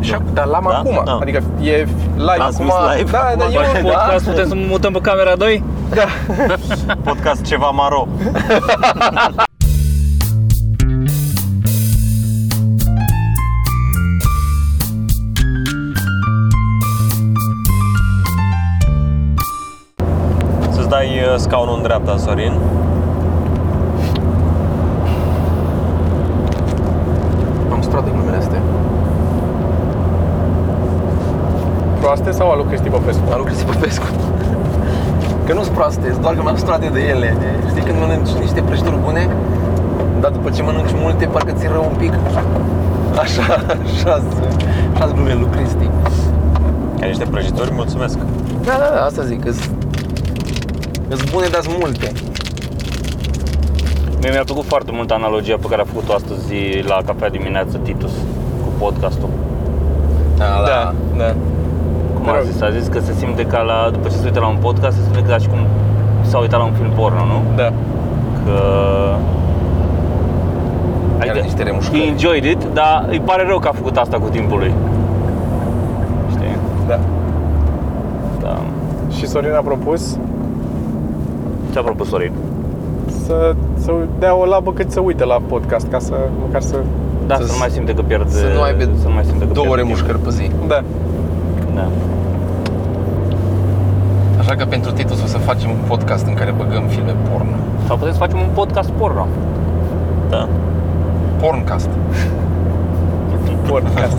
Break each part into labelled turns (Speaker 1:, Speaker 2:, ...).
Speaker 1: Și acum- Dar l-am
Speaker 2: Da?
Speaker 1: acum.
Speaker 2: Da.
Speaker 1: Adică e live
Speaker 2: Transmis
Speaker 1: acum.
Speaker 2: live.
Speaker 1: Da, da,
Speaker 2: Acum
Speaker 1: e un
Speaker 3: Podcast, putem să mutăm pe camera 2?
Speaker 1: Da.
Speaker 2: Podcast ceva maro. Să-ți dai uh, scaunul în dreapta, Sorin.
Speaker 1: Am strat de glumele astea. Proaste sau alu Cristi Popescu? Alu Cristi Popescu. Că nu-s proaste, sunt doar că mi-am strat de ele. Știi când mănânci niște prăjituri bune, dar după ce mănânci multe, parcă ți rău un pic. Așa, așa așa glumele lui Cristi.
Speaker 2: Ai niște prăjituri, mulțumesc.
Speaker 1: Da, da, da, asta zic, sunt bune, dar sunt multe.
Speaker 3: Mie mi-a plăcut foarte mult analogia pe care a făcut-o astăzi la cafea dimineață Titus cu podcastul.
Speaker 1: Da,
Speaker 3: da. Cum a
Speaker 1: Rău.
Speaker 3: zis? A zis că se simte ca la, după ce se uită la un podcast, se simte ca și cum s-a uitat la un film porno, nu?
Speaker 1: da.
Speaker 3: Că... Adică
Speaker 1: niște remușcări.
Speaker 3: he enjoyed it, dar îi pare rău că a făcut asta cu timpul lui. Știi?
Speaker 1: da.
Speaker 3: Da.
Speaker 4: Și Sorin a propus
Speaker 3: Ce-a propus Sorin?
Speaker 4: să, să dea o labă cât să uite la podcast, ca să, măcar să...
Speaker 3: Da,
Speaker 1: Să-
Speaker 3: să, nu mai simte că pierde...
Speaker 1: Să nu aibă
Speaker 3: să nu mai simte
Speaker 1: Două
Speaker 3: că pierde
Speaker 1: ore
Speaker 3: timp.
Speaker 1: mușcări pe zi.
Speaker 4: Da.
Speaker 3: Da.
Speaker 1: Așa că pentru Titus o să facem un podcast în care băgăm filme porno.
Speaker 3: Sau putem să facem un podcast porno.
Speaker 2: Da.
Speaker 1: Porncast.
Speaker 4: Podcast.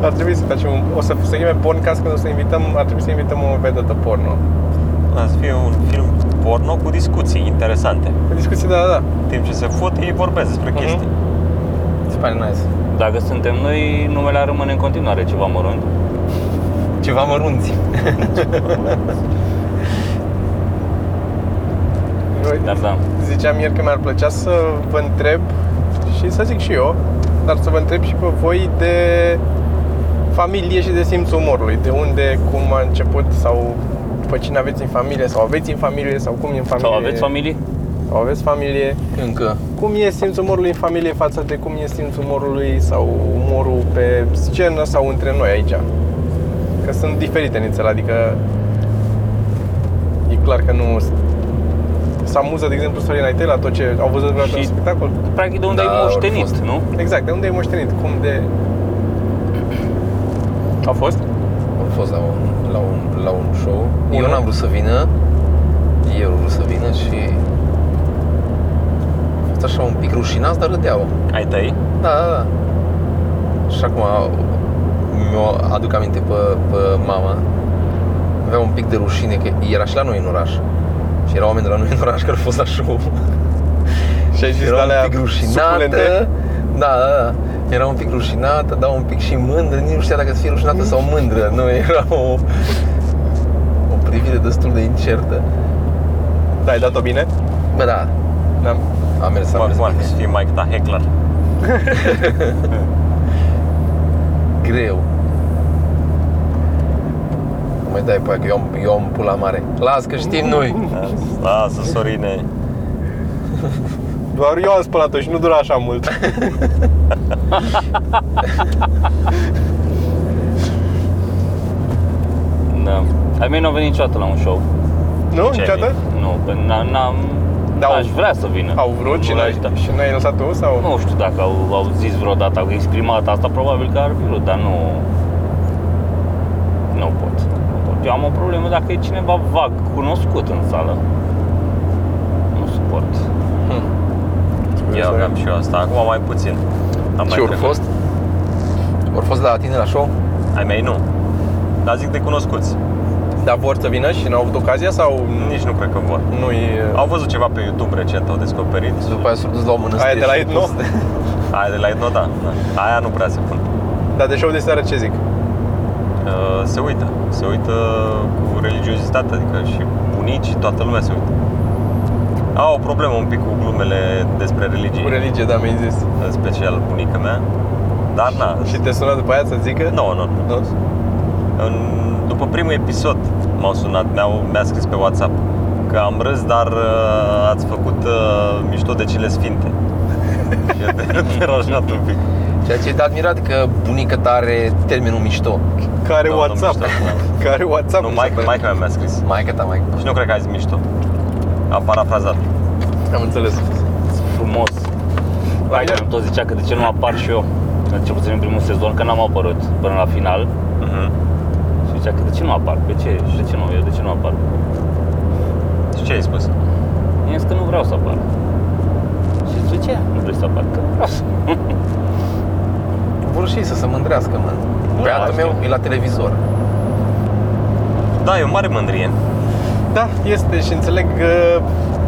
Speaker 4: ar trebui să facem un, o să se cheme podcast când o să invităm, ar trebui să invităm o vedetă porno.
Speaker 2: Da, să fie un film porno cu discuții interesante.
Speaker 4: Cu discuții, da, da, da.
Speaker 2: În timp ce se fut, ei vorbesc despre chestii.
Speaker 1: Se pare nice.
Speaker 3: Mhm. Dacă suntem noi, numele ar rămâne în continuare ceva mărunt.
Speaker 1: Ceva mărunți.
Speaker 4: Eu
Speaker 3: Dar da.
Speaker 4: ziceam ieri că mi-ar plăcea să vă întreb și să zic și eu, dar să vă întreb și pe voi de familie și de simțul umorului, de unde, cum a început sau pe cine aveți în familie sau aveți în familie sau cum e în familie.
Speaker 3: Sau aveți familie?
Speaker 4: Sau aveți familie.
Speaker 1: Încă.
Speaker 4: Cum e simțul umorului în familie față de cum e simțul umorului sau umorul pe scenă sau între noi aici? Că sunt diferite nițele, adică e clar că nu se amuză, de exemplu, Sorin Aitel la tot ce au văzut vreodată
Speaker 3: Și-
Speaker 4: în spectacol.
Speaker 3: Practic de unde
Speaker 1: Da,
Speaker 3: ai
Speaker 1: au
Speaker 3: moștenit,
Speaker 1: fost.
Speaker 3: nu?
Speaker 4: Exact, de unde ai moștenit? Cum de... A fost?
Speaker 1: Am fost la un, la un, la un show. Eu
Speaker 4: Unul?
Speaker 1: n-am vrut să vină. Eu vrut să vină și... A fost așa un pic rușinați, dar râdeau.
Speaker 2: Ai tăi?
Speaker 1: Da, da, da. Și acum mi-o aduc aminte pe, pe mama. Avea un pic de rușine că era și la noi în oraș. Și erau oameni de la noi în oraș care au fost la show.
Speaker 4: Și ai zis
Speaker 1: era
Speaker 4: alea
Speaker 1: un pic rușinată.
Speaker 4: suculente?
Speaker 1: Da, da, da. Era un pic rușinată, dar un pic și mândră. Nici nu știa dacă să fie rușinată sau mândră. Nu, era o, o privire destul de incertă.
Speaker 4: Da, ai dat-o bine?
Speaker 1: Bă, da,
Speaker 4: Da.
Speaker 1: a mers, a
Speaker 2: Cum ar,
Speaker 1: mers
Speaker 2: cum ar fi
Speaker 1: bine.
Speaker 2: să fie Mike ta heckler?
Speaker 1: greu. Mai dai pe aia, că eu am, eu am pula mare. Las că știm noi.
Speaker 3: Da,
Speaker 2: Lasă, Sorine.
Speaker 4: Doar eu am spălat-o și nu dura așa mult.
Speaker 3: Da. Ai mei nu au venit niciodată la un show.
Speaker 2: Ce
Speaker 4: nu?
Speaker 2: ai
Speaker 4: Niciodată?
Speaker 3: Nu, că n- n-am...
Speaker 4: Da,
Speaker 3: aș
Speaker 4: au-
Speaker 3: vrea să vină.
Speaker 4: Au vrut și
Speaker 3: Nu
Speaker 4: n-ai,
Speaker 3: l-aș da.
Speaker 4: și n-ai lăsat tu sau?
Speaker 3: Nu știu dacă au, au zis vreodată, au exprimat asta, probabil că ar fi vrut, dar nu... Nu pot. Nu pot. Eu am o problemă dacă e cineva vag, cunoscut în sală. Nu suport.
Speaker 2: Eu aveam și eu asta, acum mai puțin. Am mai
Speaker 1: Ce ori
Speaker 2: trecut.
Speaker 1: fost? Ori fost la tine la show?
Speaker 2: Ai mei nu. Dar zic de cunoscuți.
Speaker 4: Dar vor să vină și n-au avut ocazia sau
Speaker 2: Nici nu cred că vor.
Speaker 4: nu e...
Speaker 2: Au văzut ceva pe YouTube recent, au descoperit.
Speaker 1: Și după aia s-a dus la o mănăstire.
Speaker 4: Aia de la
Speaker 1: și a
Speaker 4: Etno?
Speaker 1: pus-
Speaker 2: Aia de la Etno, da. da. Aia nu prea se pun.
Speaker 4: Dar de show de seară ce zic?
Speaker 2: Uh, Se uită. Se uită cu religiozitate, adică și bunici, toată lumea se uită. Au o problemă un pic cu glumele despre
Speaker 4: Cu
Speaker 2: religie,
Speaker 4: religie, da, mi-ai zis.
Speaker 2: în special bunica mea. Dar na,
Speaker 4: Și te sună după aia să zică?
Speaker 2: nu, nu, nu.
Speaker 4: Nu?
Speaker 2: În, după primul episod m-au sunat, mi-au, mi-a scris pe WhatsApp că am râs, dar uh, ați făcut uh, mișto de cele sfinte. Și e de- deranjat un pic.
Speaker 1: Ceea ce e de admirat că bunica ta are termenul mișto.
Speaker 4: Care
Speaker 2: Da, da,
Speaker 4: WhatsApp?
Speaker 2: mișto,
Speaker 4: Care WhatsApp?
Speaker 2: Nu,
Speaker 4: mi Da, se
Speaker 2: maica,
Speaker 4: pare.
Speaker 2: maica mea mi-a scris.
Speaker 1: Maica ta, maica.
Speaker 2: Și nu cred că ai zis mișto. A parafrazat.
Speaker 4: Am înțeles.
Speaker 3: frumos.
Speaker 4: La
Speaker 3: La mine
Speaker 4: el?
Speaker 3: tot zicea că de ce nu apar și eu, cel puțin în primul sezon, că n-am apărut până la final.
Speaker 2: Mhm.
Speaker 3: Și zicea că de ce nu apar? Pe ce ești? De ce nu? Eu de ce nu apar?
Speaker 2: Și ce ai spus?
Speaker 3: I-am zis că nu vreau să apar. Și zice, "De ce? Nu vrei să apar? Că vreau să...
Speaker 1: Vor și ei să se mândrească, mă. Băiatul
Speaker 3: știu.
Speaker 1: meu e la televizor.
Speaker 2: Da, e o mare mândrie.
Speaker 4: Da, este și înțeleg că...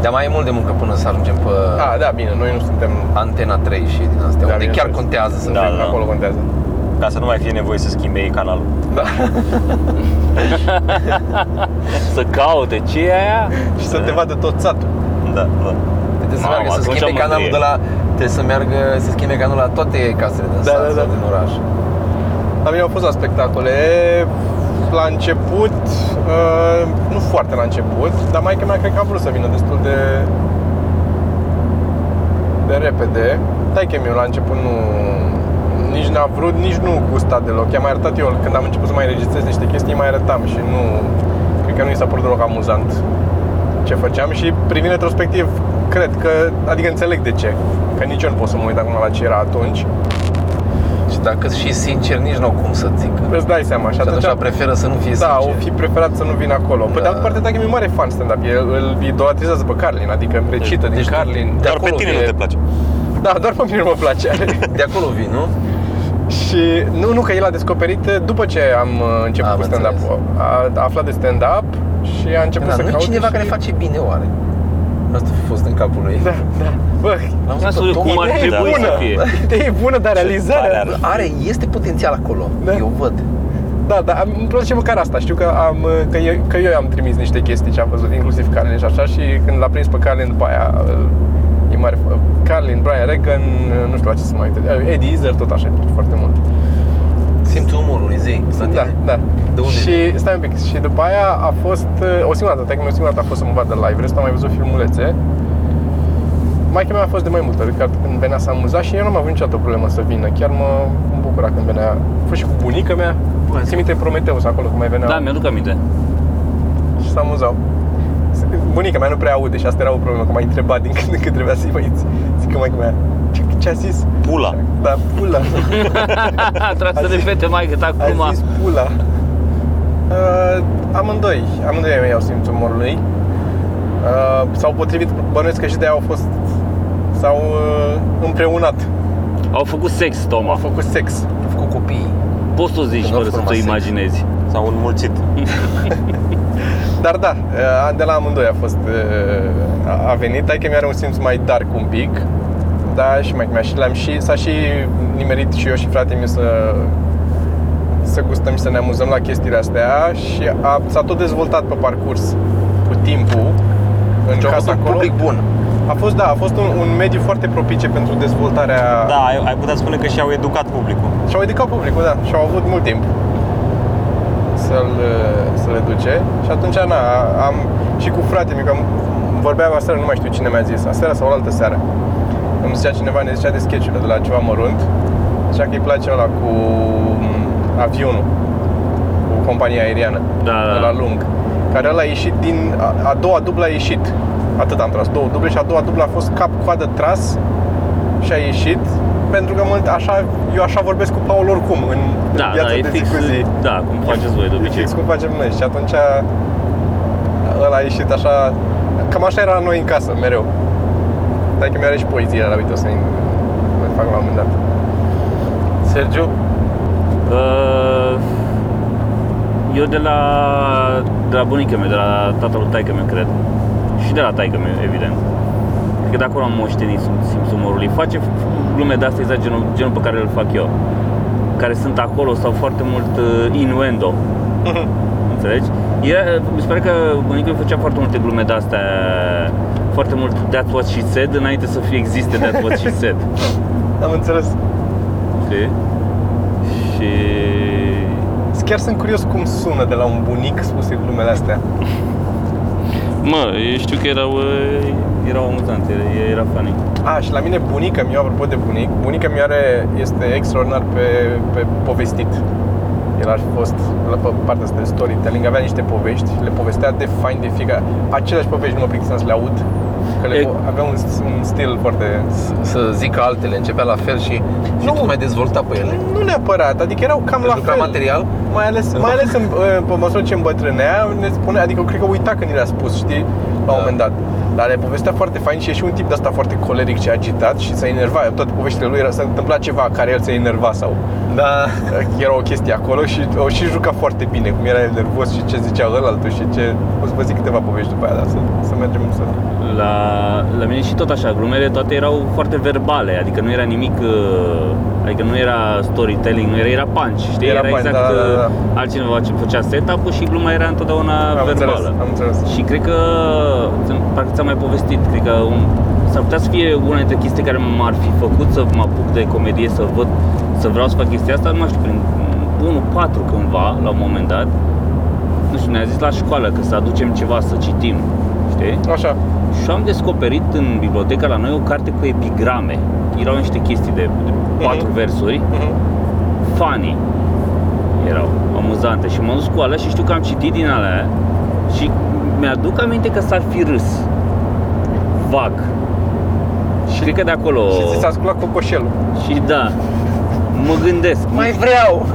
Speaker 1: Dar mai e mult de muncă până să ajungem pe
Speaker 4: A, da, bine, noi nu suntem...
Speaker 1: Antena 3 și din astea, unde
Speaker 4: Da,
Speaker 1: chiar
Speaker 4: bineînțeles.
Speaker 1: contează să
Speaker 2: Da,
Speaker 1: fii.
Speaker 2: da.
Speaker 4: Acolo contează.
Speaker 2: Ca să nu mai fie nevoie să schimbe ei canalul.
Speaker 4: Da.
Speaker 3: să caute
Speaker 2: deci,
Speaker 3: ce e aia?
Speaker 4: și să te vadă tot satul.
Speaker 2: Da, da.
Speaker 1: Trebuie să
Speaker 3: Mamă,
Speaker 1: meargă să
Speaker 3: atunci
Speaker 1: schimbe
Speaker 3: mândrie.
Speaker 1: canalul de la... Trebuie să meargă să schimbe canalul la toate casele din
Speaker 4: Da,
Speaker 1: sat
Speaker 4: da, da.
Speaker 1: sau din oraș.
Speaker 4: La mine au fost la spectacole. La început, uh, nu foarte la început, dar maica mea cred că a vrut să vină destul de de repede. Tai că mi la început nu nici n-a vrut, nici nu gusta deloc. I-am mai arătat eu când am început să mai înregistrez niște chestii, mai arătam și nu cred că nu i s-a părut deloc amuzant ce făceam și privind retrospectiv cred că, adică înțeleg de ce, că nici eu nu pot să mă uit acum la ce era atunci.
Speaker 1: Și dacă și sincer, nici n-au cum să zică.
Speaker 4: Îți dai seama
Speaker 1: Și atunci preferă să nu fie
Speaker 4: Păi, Da, o
Speaker 1: sincer.
Speaker 4: fi preferat să nu vin acolo. Pe
Speaker 1: Da.
Speaker 4: de altă parte, dacă mi-e mare fan stand-up, el îl idolatrizează pe Carlin, adică îmi recită din
Speaker 1: deci
Speaker 4: Carlin.
Speaker 1: de
Speaker 2: Dar pe
Speaker 1: acolo
Speaker 2: tine
Speaker 1: e-
Speaker 2: nu te place.
Speaker 4: Da, doar pe mine nu mă place.
Speaker 1: De acolo vin, nu?
Speaker 4: și nu, nu, că el a descoperit după ce am uh, început
Speaker 1: Am
Speaker 4: cu stand-up.
Speaker 1: înțeles.
Speaker 4: A, a aflat de stand-up și a început
Speaker 1: Da,
Speaker 4: să
Speaker 1: nu e
Speaker 4: caute
Speaker 1: cineva
Speaker 4: și...
Speaker 1: care face bine, oare? Asta a fost în capul lui.
Speaker 4: Da, da. Bă,
Speaker 1: L-am
Speaker 3: Ia
Speaker 1: zis
Speaker 3: să
Speaker 1: pe
Speaker 3: vedem
Speaker 1: Toma,
Speaker 3: cum ar
Speaker 4: ideea e
Speaker 3: trebui să
Speaker 4: bună.
Speaker 3: fie.
Speaker 4: Ideea e bună, dar realizarea...
Speaker 2: tare ar-
Speaker 1: Are, este potențial acolo.
Speaker 4: Da.
Speaker 1: Eu văd.
Speaker 4: Da, da, am- îmi place măcar asta. Știu că, am, uh, că, eu, că eu am trimis niște chestii ce am văzut, inclusiv Carlin și așa, și când l-a prins pe Carlin după aia, uh, e mare... f- Carlin, Brian Regan, uh, nu știu la ce să mai uită. Uh, Eddie Izzard, tot așa, îmi place foarte mult.
Speaker 1: Simți umorul unui zi. la
Speaker 4: Da,
Speaker 1: tine.
Speaker 4: da.
Speaker 1: De unde
Speaker 4: și stai un pic. Și după aia a fost uh, o singură dată, că o singură dată a fost să mă vadă live, restul am mai văzut filmulețe. Maica mea a fost de mai multe ori, chiar când venea s-a amuzat și eu n-am avut niciodată problemă să vină. Chiar mă mă bucura când venea. A fost și cu bunica mea.
Speaker 1: Bun.
Speaker 4: Ți minte Prometeus acolo, cum mai venea
Speaker 3: Da, mi-aduc aminte.
Speaker 4: și se amuzau. Bunica mea nu prea aude și asta era o problemă, că m-a întrebat din când în când trebuia să-i mai zic că maica mea, ce, ce a zis?
Speaker 2: Pula.
Speaker 4: Da, pula.
Speaker 3: Trebuie să
Speaker 4: zis-
Speaker 3: repete mai cât
Speaker 4: A
Speaker 3: acum.
Speaker 4: zis pula. Uh, amândoi, amândoi mei au simțul umorului. Uh, s-au potrivit, bănuiesc că și de-aia au fost, s-au uh, împreunat,
Speaker 3: Au făcut sex,
Speaker 4: au
Speaker 3: Toma.
Speaker 4: fără sex.
Speaker 1: Cu copiii.
Speaker 3: Poți să o zici
Speaker 1: În
Speaker 3: fără
Speaker 1: orice
Speaker 3: să
Speaker 1: formă
Speaker 3: te
Speaker 1: sex.
Speaker 3: imaginezi.
Speaker 2: Sau un mulțit.
Speaker 4: Dar da, uh, de la amândoi a fost uh, a- a venit, hai că mi are un simț mai dark un pic. Da, și mai mea și l-am și s-a și nimerit și eu și fratele meu să să gustăm și să ne amuzăm la chestiile astea și a, s-a tot dezvoltat pe parcurs cu timpul în
Speaker 1: Deci a fost
Speaker 4: casa
Speaker 1: un
Speaker 4: acolo.
Speaker 1: public bun.
Speaker 4: A fost, da, a fost un, un mediu foarte propice pentru dezvoltarea
Speaker 2: Da, ai, ai putea spune că și-au educat publicul.
Speaker 4: și-au ridicat publicul, da, și-au avut mult timp să-l, uh, să-l educe și atunci, na, am și cu frate mic, am, vorbeam aseară, nu mai știu cine mi-a zis, aseară sau altă seară. Îmi zicea cineva, ne zicea de sketch de la ceva mărunt, zicea că îi place ăla cu m, avionul, cu compania aeriană,
Speaker 3: Da, da.
Speaker 4: de la lung, care ăla a ieșit din, a, a doua dublă a ieșit, atât am tras, două duble și a doua dublă a fost cap-coadă tras și a ieșit, pentru că mult, așa, eu așa vorbesc cu Paul oricum în,
Speaker 3: Da,
Speaker 4: în viața
Speaker 3: da, e
Speaker 4: de
Speaker 3: fix.
Speaker 4: zi cu zi.
Speaker 3: Da, cum faceți voi de
Speaker 4: E
Speaker 3: obicei.
Speaker 4: fix cum facem noi și atunci ăla a ieșit așa, cam așa era la noi în casă, mereu. Dar că mi-are și poezie la uite, o să-i o fac la un moment dat.
Speaker 1: Sergiu?
Speaker 3: Uh, Eu de la, de la bunica mea, de la tatăl lui taică meu, cred. Și de la taică meu, evident. Cred că de acolo am moștenit sim- simțul umorului. Face glume de astea exact genul, genul pe care îl fac eu. Care sunt acolo sau foarte mult uh, innuendo. Înțelegi? E, mi se pare că bunicul făcea foarte multe glume de astea foarte mult That's what she said înainte să fie existe That's what she said.
Speaker 4: Am înțeles.
Speaker 3: Știi? Și
Speaker 4: Chiar sunt curios cum sună de la un bunic spuse glumele astea.
Speaker 3: Mă, eu știu că erau, uh, erau amuzante, era, era funny.
Speaker 4: A, și la mine bunica mi apropo de bunic, bunica mi are este extraordinar pe, pe povestit. El ar fi fost la pe partea asta de storytelling, avea niște povești, le povestea de fain de fiecare. Aceleași povești nu mă plictiseam să le aud, că le,
Speaker 3: E-
Speaker 4: po- avea un, un stil foarte...
Speaker 1: Să zică altele, începea la fel și, și
Speaker 4: Nu.
Speaker 1: nu mai dezvolta pe ele.
Speaker 4: Nu neapărat, adică erau cam la
Speaker 1: Deci lucra
Speaker 4: fel.
Speaker 1: material,
Speaker 4: Mai ales, mai ales în, pe măsură ce îmbătrânea, ne spune, adică cred că uita când i l-a spus, știi, la
Speaker 1: Da.
Speaker 4: un moment dat. Dar le povestea foarte fain și e și un tip de asta foarte coleric și agitat și s-a enervat. Toate poveștile lui era, s-a întâmplat ceva care el se enerva sau
Speaker 1: da.
Speaker 4: era o chestie acolo și o și juca foarte bine, cum era el nervos și ce zicea ălaltul și ce... O să vă zic câteva povești după aia, dar să, să mergem să...
Speaker 3: La, la mine și tot așa, glumele toate erau foarte verbale, adică nu era nimic, uh, adică nu era storytelling, nu era, era punch, știi?
Speaker 4: Era punch,
Speaker 3: exact
Speaker 4: da, da, da.
Speaker 3: uh, altcineva ce făcea setup-ul și gluma era întotdeauna
Speaker 4: am
Speaker 3: verbală.
Speaker 4: înțeles, am înțeles.
Speaker 3: Și cred că, ți- parcă ți-am mai povestit, cred că un, s-ar putea să fie una dintre chestii care m-ar fi făcut să mă apuc de comedie, să văd, să vreau să fac chestia asta, nu mai știu, prin 1-4 cândva, la un moment dat, nu știu, ne-a zis la școală că să aducem ceva să citim, știi?
Speaker 4: Așa,
Speaker 3: Și am descoperit în biblioteca la noi o carte cu epigrame. Erau niște chestii de, de patru
Speaker 4: Mhm.
Speaker 3: versuri,
Speaker 4: mhm.
Speaker 3: funny erau, amuzante și m-am dus cu alea și știu că am citit din alea și mi-aduc aminte că s-ar fi râs vag și cred că de acolo
Speaker 4: și ți s-a sculat cocoșelul.
Speaker 3: și da mă gândesc,
Speaker 4: Mai vreau!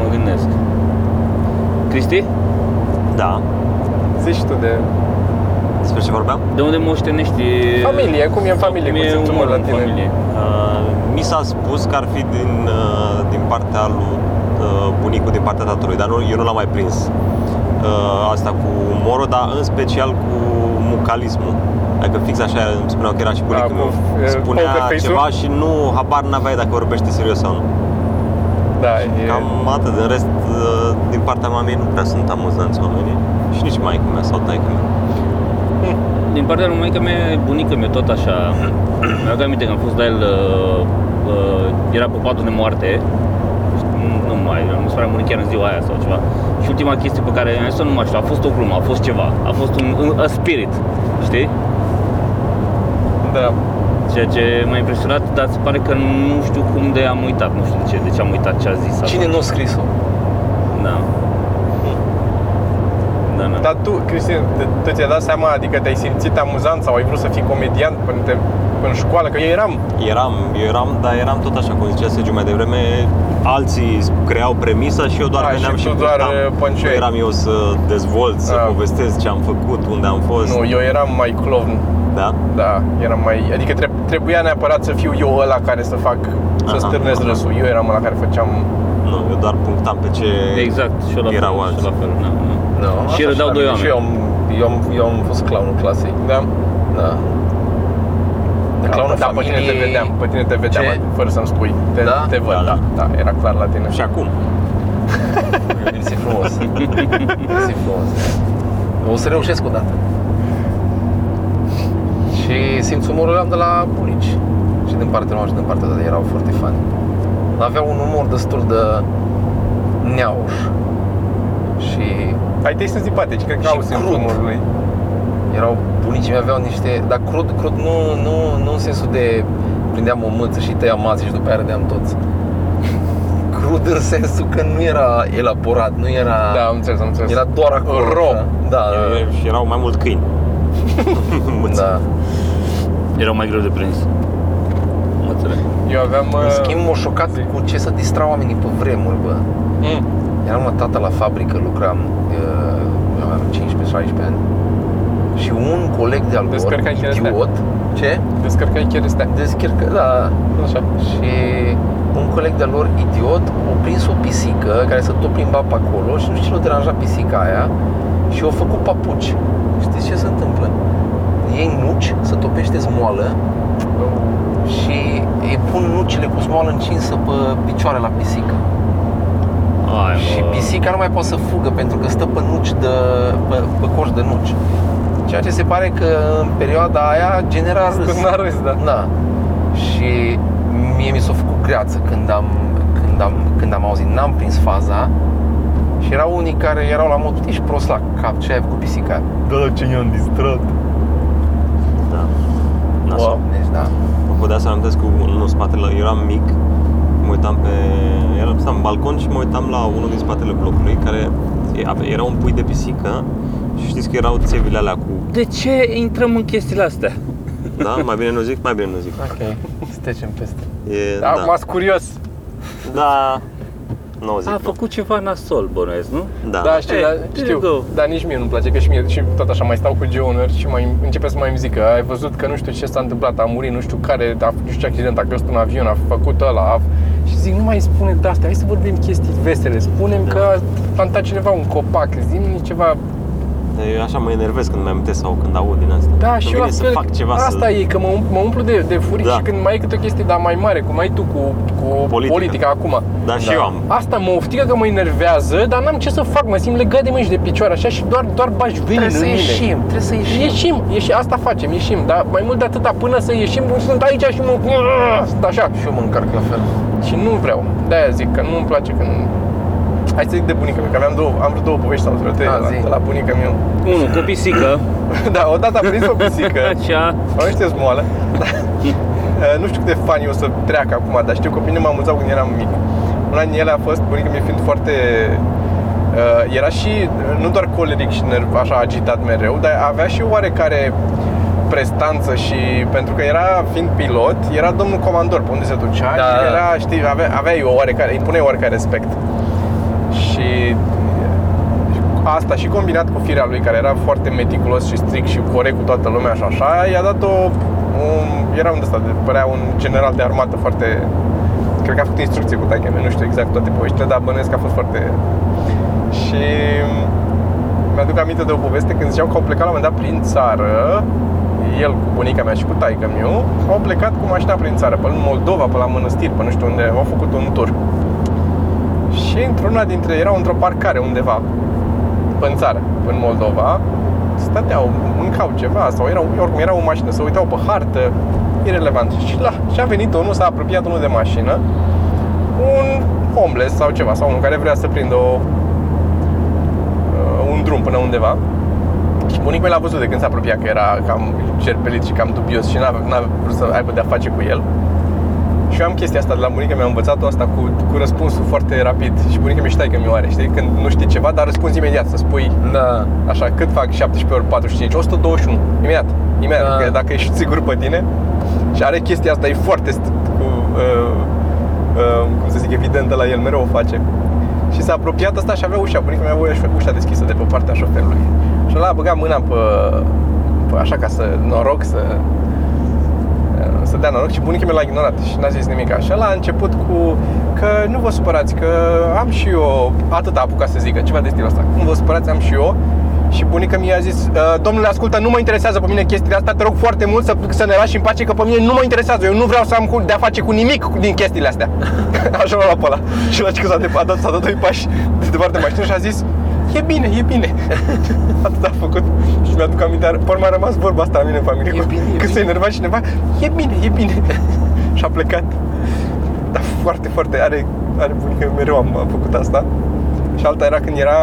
Speaker 3: mă gândesc Cristi,
Speaker 2: Da.
Speaker 4: Zici și tu de
Speaker 2: Despre ce vorbeam?
Speaker 3: de unde moștenești?
Speaker 4: Familie, cum e în familie,
Speaker 3: cum
Speaker 4: cum
Speaker 3: e
Speaker 4: simți umorul
Speaker 3: umorul
Speaker 4: la
Speaker 3: în
Speaker 4: tine?
Speaker 3: familie?
Speaker 2: Uh, mi s-a spus că ar fi din, uh, din partea lui uh, bunicul, din partea tatălui, dar nu, eu nu l-am mai prins. Uh, asta cu umorul, dar în special cu mucalismul. Adică fix așa îmi spuneau că era și bunicul
Speaker 4: cu,
Speaker 2: meu.
Speaker 4: uh, poker
Speaker 2: Spunea
Speaker 4: face-ul?
Speaker 2: ceva și nu, habar n-aveai dacă vorbește serios sau nu.
Speaker 4: Da, e...
Speaker 2: Cam atât, în rest, uh, din partea mamei nu prea sunt amuzanți oamenii. Și nici mai mea sau taică mea.
Speaker 3: Din partea lui maica mea, bunica mea tot așa. Mi-aduc aminte că am fost la el, uh, uh, era pe patul de moarte. Nu mai, am spus am murit chiar în ziua aia sau ceva. Și ultima chestie pe care am zis nu mai știu, a fost o glumă, a fost ceva, a fost un, un a spirit, știi?
Speaker 4: Da.
Speaker 3: Ceea ce m-a impresionat, dar se pare că nu știu cum de am uitat, nu știu de ce, de ce am uitat ce a zis. sau-
Speaker 1: Cine nu a scris-o?
Speaker 3: Da. Da, da.
Speaker 4: Dar tu, Cristin, te- tu ți-ai dat seama, adică te-ai simțit amuzant sau ai vrut să fii comedian până, te, până în școală? Că eu eram,
Speaker 2: Eram, eu eram, dar eram tot așa, cum zicea Sergiu mai devreme, alții creau premisa și eu doar
Speaker 4: Da,
Speaker 2: veneam
Speaker 4: și
Speaker 2: și,
Speaker 4: tu doar,
Speaker 2: punctam.
Speaker 4: e,
Speaker 2: Nu
Speaker 4: pănciuiai.
Speaker 2: eram eu să dezvolt, să
Speaker 4: Da.
Speaker 2: povestesc ce am făcut, unde am fost,
Speaker 4: nu, eu eram mai clown,
Speaker 2: da?
Speaker 4: da, eram mai, adică tre- trebuia neapărat să fiu eu ăla care să fac, să
Speaker 2: Aha,
Speaker 4: stârnesc
Speaker 2: aha.
Speaker 4: râsul, eu eram ăla care făceam,
Speaker 2: Nu, eu doar punctam pe ce...
Speaker 3: Exact, și eu la
Speaker 2: Erau
Speaker 3: fel. Și eu la fel, da, da.
Speaker 1: Nu.
Speaker 3: Și
Speaker 1: Așa
Speaker 3: rădeau
Speaker 1: la
Speaker 3: doi
Speaker 1: mine. Și eu
Speaker 3: oameni.
Speaker 1: am, eu am, eu am fost clownul clasei.
Speaker 4: da?
Speaker 1: Da. De
Speaker 4: Da,
Speaker 1: clownul
Speaker 4: da, pe tine
Speaker 1: familiei.
Speaker 4: te vedeam, pe tine te vedeam,
Speaker 1: Ce?
Speaker 4: fără să-mi spui, te,
Speaker 1: Da?
Speaker 4: te văd,
Speaker 2: Da,
Speaker 4: da,
Speaker 2: da.
Speaker 4: da, era clar la tine.
Speaker 2: Și acum.
Speaker 1: Mersi frumos. Mersi frumos. O să reușesc o dată. Și simț umorul am de la bunici. Și din partea noastră, și din partea ta erau foarte fani. Aveau un umor destul de neauș. Și
Speaker 4: Ai tăi sunt simpatici, cred că
Speaker 1: Și
Speaker 4: au simțul
Speaker 1: crud.
Speaker 4: umorului.
Speaker 1: erau bunicii mei aveau niște, dar crud, crud nu, nu, nu în sensul de prindeam o mâță și tăiam mațe și după aia râdeam toți. Crud în sensul că nu era elaborat, nu era...
Speaker 4: Da, am înțeles, am înțeles.
Speaker 1: Era doar acolo.
Speaker 4: Ro.
Speaker 1: așa. Da,
Speaker 2: Eu- eu- Și erau mai mult câini. Mulți.
Speaker 1: da.
Speaker 3: Erau mai greu de prins. Mă înțeleg.
Speaker 4: Eu aveam...
Speaker 1: În
Speaker 4: uh,
Speaker 1: schimb, m-a șocat
Speaker 4: zi.
Speaker 1: cu ce să distrau oamenii pe vremuri, bă.
Speaker 4: Mm.
Speaker 1: Eram la tata la fabrică, lucram, uh, aveam 15-16 ani. Și un coleg de-al lor,
Speaker 4: Descărcai cherestea.
Speaker 1: idiot, ce?
Speaker 4: Descărcai chiar astea.
Speaker 1: Descărcă, da,
Speaker 4: Așa.
Speaker 1: și un coleg de-al lor idiot a prins o pisică care se tot plimba pe acolo și nu știu ce l-a deranjat pisica aia și au făcut papuci. Știți ce se întâmplă? Ei nuci, se topește smoală și îi pun nucile cu smoală încinsă pe picioare la pisică.
Speaker 3: Ai,
Speaker 1: Și
Speaker 3: mă.
Speaker 1: pisica nu mai poate să fugă pentru că stă pe nuci de, pe, pe coș de nuci. Ceea ce se pare că în perioada aia genera râs.
Speaker 4: N-a râs, da.
Speaker 1: Da. Și mie mi s-a făcut greață când am, când am, când am auzit, n-am prins faza Și erau unii care erau la mod, ești prost la cap, ce ai făcut pisica?
Speaker 5: Da, ce ne-am distrat.
Speaker 2: Da. Nasol.
Speaker 1: Wow. Deci, da.
Speaker 2: Apropo de asta, am amintesc că unul în spatele, eu eram mic, mă uitam pe... Eram, stăteam în balcon și mă uitam la unul din spatele blocului, care e- ave- era un pui de pisică și știți că erau țevile alea cu...
Speaker 3: De ce intrăm în chestiile astea?
Speaker 2: Da? Mai bine nu zic? Mai bine nu zic.
Speaker 1: Ok, să trecem peste.
Speaker 2: E,
Speaker 4: Da.
Speaker 2: da,
Speaker 4: Acum sunt curios.
Speaker 2: da. Nu o zic.
Speaker 3: A
Speaker 2: nu.
Speaker 3: făcut ceva nasol, bănuiesc, nu?
Speaker 2: Da.
Speaker 4: Da, știu,
Speaker 3: Hey,
Speaker 4: dar,
Speaker 3: there you
Speaker 4: știu,
Speaker 3: go.
Speaker 4: dar nici mie nu-mi place, că și mie, și tot așa mai stau cu Geoner și mai începe să mai îmi zică, ai văzut că nu știu ce s-a întâmplat, a murit, nu știu care, a, nu știu ce accident, a căzut un avion, a făcut ăla, a... Și zic, nu mai spune de astea, hai să vorbim chestii vesele, spunem
Speaker 2: Da.
Speaker 4: că a plantat cineva un copac, zim ceva,
Speaker 2: Eu așa mă enervez când mi-am sau când aud din asta.
Speaker 4: da,
Speaker 2: Îmi
Speaker 4: și eu
Speaker 2: vine
Speaker 4: la
Speaker 2: să
Speaker 4: fel,
Speaker 2: fac ceva
Speaker 4: asta
Speaker 2: să...
Speaker 4: e, că mă, um- mă umplu de, de furie
Speaker 2: Da.
Speaker 4: și când mai e câte o chestie, dar mai mare, cum ai tu cu, cu
Speaker 2: Politica.
Speaker 4: politica. acum.
Speaker 2: Da, și
Speaker 4: Da.
Speaker 2: eu am.
Speaker 4: Asta mă oftică că mă enervează, dar n-am ce să fac, mă simt legat de mâini și de picioare, așa și doar, doar bași vâinile
Speaker 1: Trebuie
Speaker 4: în
Speaker 1: să
Speaker 4: mine.
Speaker 1: ieșim, trebuie să
Speaker 4: Și
Speaker 1: ieșim.
Speaker 4: ieșim, ieșim, asta facem, ieșim, dar mai mult de atâta până să ieșim, sunt aici și mă... Sunt așa.
Speaker 1: Și eu mă încarc la fel.
Speaker 4: Și nu vreau, de-aia zic că nu-mi place când... Hai să zic de bunica mea, că aveam două, am vreo două povești sau vreo trei
Speaker 1: A,
Speaker 4: de la,
Speaker 1: zi.
Speaker 4: de la bunica mea.
Speaker 3: Unul cu pisică,
Speaker 4: da, odată a prins o pisică.
Speaker 3: așa,
Speaker 4: Mă știu moală. Eh, nu știu cât de fan o să treacă acum, dar știu că pe mine m-am amuzat când eram mic. Una din ele a fost, bunica mea fiind foarte... eh, era și, eh, nu doar coleric și nerv, așa agitat mereu, dar avea și oarecare prestanță și pentru că era fiind pilot, era domnul comandor pe unde se ducea
Speaker 1: Da,
Speaker 4: și
Speaker 1: da.
Speaker 4: era, știi, avea, avea o oarecare, îi pune oarecare respect. Și asta și combinat cu firea lui care era foarte meticulos și strict și corect cu toată lumea și așa, i-a dat o un, era un ăsta de părea un general de armată foarte cred că a făcut instrucție cu taică nu știu exact toate poveștile, dar bănuiesc că a fost foarte și mi-aduc aminte de o poveste când ziceau că au plecat la un moment dat prin țară el cu bunica mea și cu taică meu au plecat cu mașina prin țară, pe în Moldova, pe la mănăstiri, pe nu știu unde, au făcut un tur. Și într-una dintre, erau într-o parcare undeva, în țară, în Moldova, stăteau, mâncau ceva sau erau, oricum erau o mașină, se uitau pe hartă, irrelevant. Și, la, și a venit unul, s-a apropiat unul de mașină, un homeless sau ceva, sau unul care vrea să prindă o, uh, un drum până undeva. Și bunicul meu l-a văzut de când s-a apropiat că era cam cerpelit și cam dubios și n-a, n-a vrut să aibă de-a face cu el. Și eu am chestia asta de la bunica, mi-a învățat asta cu, cu răspunsul foarte rapid Și bunica mi știe că mi are, știi? Când nu știi ceva, dar răspunzi imediat, să spui
Speaker 1: Da.
Speaker 4: Așa, cât fac 17 ori 45? 121. Imediat. Imediat,
Speaker 1: Da.
Speaker 4: că dacă ești sigur pe tine. Și are chestia asta, e foarte st- cu, uh, uh, cum să zic, evidentă la el, mereu o face. Și s-a apropiat asta și avea ușa, bunica mea avea ușa- ușa deschisă de pe partea șoferului. Și l-a băgat mâna pe, pe așa ca să noroc să uh, să dea noroc și bunica mea l-a ignorat și n-a zis nimic așa. La început cu că nu vă supărați, că am și eu atât a apucat să zică, ceva de stilul ăsta. Nu vă supărați, am și eu. Și bunica mi a zis, "Uh, domnule, ascultă, nu mă interesează pe mine chestiile astea, te rog foarte mult să, să ne lași în pace, că pe mine nu mă interesează, eu nu vreau să am cu, de-a face cu nimic din chestiile astea. Așa l-a luat pe ăla. Și la că s-a de- a dat, s-a dat doi pași de departe mașină și a zis, e bine, e bine. Atât a făcut și mi-aduc aminte, pe urmă a rămas vorba asta la mine în familie,
Speaker 1: E
Speaker 4: cu-
Speaker 1: bine, e
Speaker 4: când
Speaker 1: bine.
Speaker 4: se enerva cineva, e bine, e bine. și a plecat. Dar foarte, foarte, are, are bunica, mereu am, am făcut asta. Și alta era când era,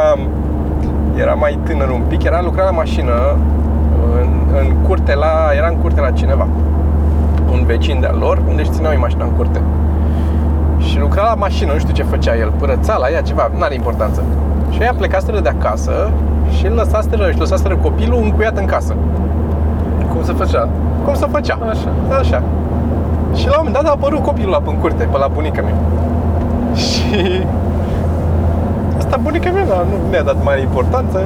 Speaker 4: era mai tânăr un pic, era lucra la mașină, în, în curte la, era în curte la cineva, un vecin de-al lor, unde își țineau ei mașina în curte. Și lucra la mașină, nu știu ce făcea el, părăța la ea ceva, n-are importanță. Și ea plecaseră de acasă și îl lăsaseră, își lăsaseră copilul încuiat în casă.
Speaker 1: Cum se făcea?
Speaker 4: Cum se făcea?
Speaker 1: Așa.
Speaker 4: Așa. Și la un moment dat a apărut copilul la în curte, pe la bunica mea. Și... Asta bunica mea dar nu mi-a dat mare importanță.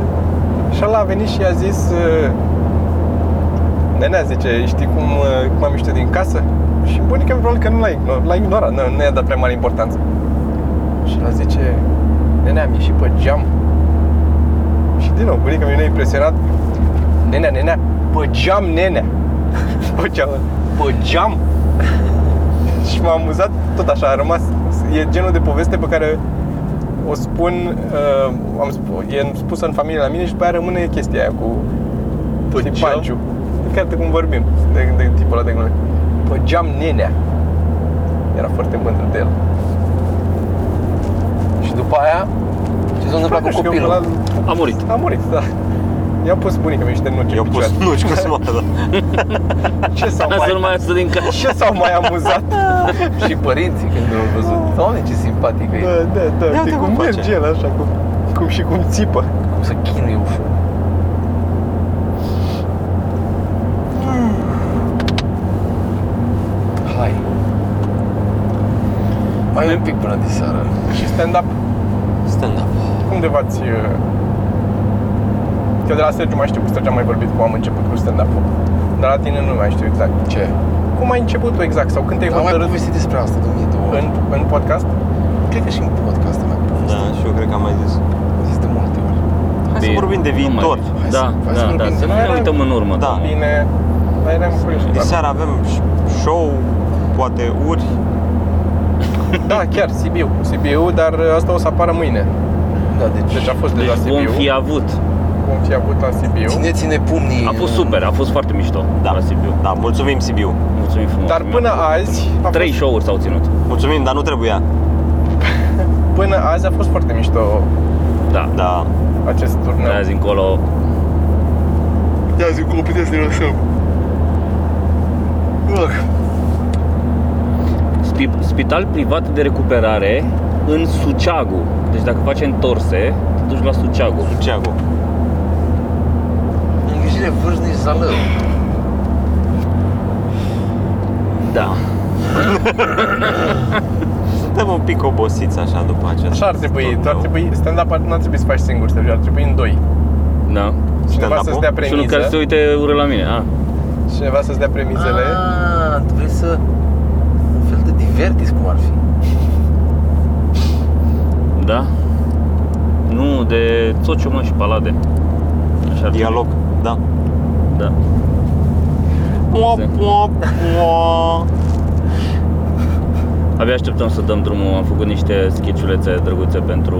Speaker 4: Și ăla a venit și i-a zis... uh, Nenea zice, știi cum, uh, cum am ieșit din casă? Și bunica mea probabil că nu l-a ignorat, l-a ignorat, nu, nu i-a dat prea mare importanță. Și ăla zice, nenea, am ieșit pe geam. Și din nou, bunica mea ne-a impresionat. Nenea, nenea, pe geam, nenea. Pe geam, pe geam. și m-am amuzat tot așa, a rămas. E genul de poveste pe care o spun, uh, am sp- e spusă în familie la mine și după aia rămâne chestia aia cu
Speaker 1: Pe
Speaker 4: știi,
Speaker 1: geam?
Speaker 4: panciu. Chiar de cum vorbim, de, de tipul ăla de glume. Pe geam nenea. Era foarte mândru de el.
Speaker 1: Și după aia, ce Ce s-a întâmplat cu
Speaker 4: Nu știu, că
Speaker 1: copilul?
Speaker 4: până la-
Speaker 3: A murit.
Speaker 4: A murit, da. I-a pus bunica mea niște nuci
Speaker 2: Eu
Speaker 4: în
Speaker 2: pus
Speaker 4: picioare.
Speaker 2: nuci cu smoală.
Speaker 4: Ce s-au
Speaker 3: Ca să nu
Speaker 4: mai,
Speaker 3: mai iasă din casă.
Speaker 4: ce s-au mai amuzat?
Speaker 1: Și părinții când l-au văzut. Doamne, ce simpatică e.
Speaker 4: Da, da, da,
Speaker 2: Ia
Speaker 4: uite
Speaker 2: uite
Speaker 4: cum
Speaker 2: cum face.
Speaker 4: merge el așa, cum, cum și cum țipă.
Speaker 1: Cum să chinuie ușor. Hai. Mai e un pic până de seară.
Speaker 4: Și stand-up,
Speaker 2: Stand up.
Speaker 4: cum de v-ați... uh, Că de la Sergiu mai știu, cu Sergiu am mai vorbit cu am început cu stand-up De la tine nu mai știu exact
Speaker 1: Ce?
Speaker 4: Cum ai început tu exact? Sau când te-ai
Speaker 1: Am mai
Speaker 4: hotărât
Speaker 1: povestit despre asta, domnule, două ori.
Speaker 4: în, în podcast?
Speaker 1: Cred că și în podcast am mai povestit.
Speaker 2: Da, și eu cred că am mai zis.
Speaker 1: Zis de multe ori.
Speaker 2: Hai să
Speaker 3: Bine.
Speaker 2: vorbim de
Speaker 3: Nu mai
Speaker 2: viitor.
Speaker 3: zici.
Speaker 1: Hai
Speaker 3: Da,
Speaker 1: să- hai să
Speaker 3: da, da,
Speaker 1: vorbim
Speaker 3: să
Speaker 1: de
Speaker 3: nu ne
Speaker 4: viitor.
Speaker 3: uităm în urmă.
Speaker 2: Da.
Speaker 4: Bine, dar eram
Speaker 2: De
Speaker 4: curios.
Speaker 2: seară avem ș- show, poate uri.
Speaker 4: Da, chiar, Sibiu. Sibiu, dar uh, asta o să apară mâine.
Speaker 1: Da, deci...
Speaker 4: Deci a fost
Speaker 3: Deci
Speaker 4: deja
Speaker 3: vom
Speaker 4: Sibiu.
Speaker 3: fi avut.
Speaker 4: Vom fi avut la Sibiu.
Speaker 1: Ține, ține pumnii.
Speaker 3: A fost super, a fost foarte mișto.
Speaker 2: Da.
Speaker 3: la Sibiu.
Speaker 2: Da, mulțumim Sibiu.
Speaker 3: Mulțumim frumos.
Speaker 4: Dar până azi, a
Speaker 3: Trei
Speaker 4: fost,
Speaker 3: show-uri s-au ținut.
Speaker 2: Mulțumim, dar nu trebuia.
Speaker 4: până azi a fost foarte mișto
Speaker 3: Da.
Speaker 2: Da.
Speaker 4: acest
Speaker 3: De
Speaker 4: turneu.
Speaker 3: azi încolo
Speaker 1: Da, zic, cum puteți să ne lăsăm?
Speaker 3: Spi- Spital privat de recuperare în Suceagu. Deci dacă faci întorse, te duci la Suceagu.
Speaker 2: Ceago.
Speaker 1: Îngrijire vârstnici zalău.
Speaker 3: Da.
Speaker 2: Suntem un pic obosiți așa după acest
Speaker 4: Așa ar trebui,
Speaker 2: turneu.
Speaker 4: tu ar trebui, stand-up ar- nu ar trebui să faci singur, Sergiu, ar trebui în doi.
Speaker 3: Da.
Speaker 4: Cineva
Speaker 2: Stand-up-ul?
Speaker 4: să-ți dea
Speaker 3: Și unul care se
Speaker 4: premiză,
Speaker 3: uite ură la mine. A.
Speaker 4: cineva să-ți dea premizele.
Speaker 1: Ah, tu vrei să... Un fel de divertis cum ar fi.
Speaker 3: Da. Nu, de Sociu, mă, și Palade. Așa ar
Speaker 2: Dialog, da.
Speaker 3: trebui. Da.
Speaker 2: Pua,
Speaker 3: Exact.
Speaker 2: pua, pua.
Speaker 3: Abia așteptăm să dăm drumul. Am făcut niște schiciulețe drăguțe pentru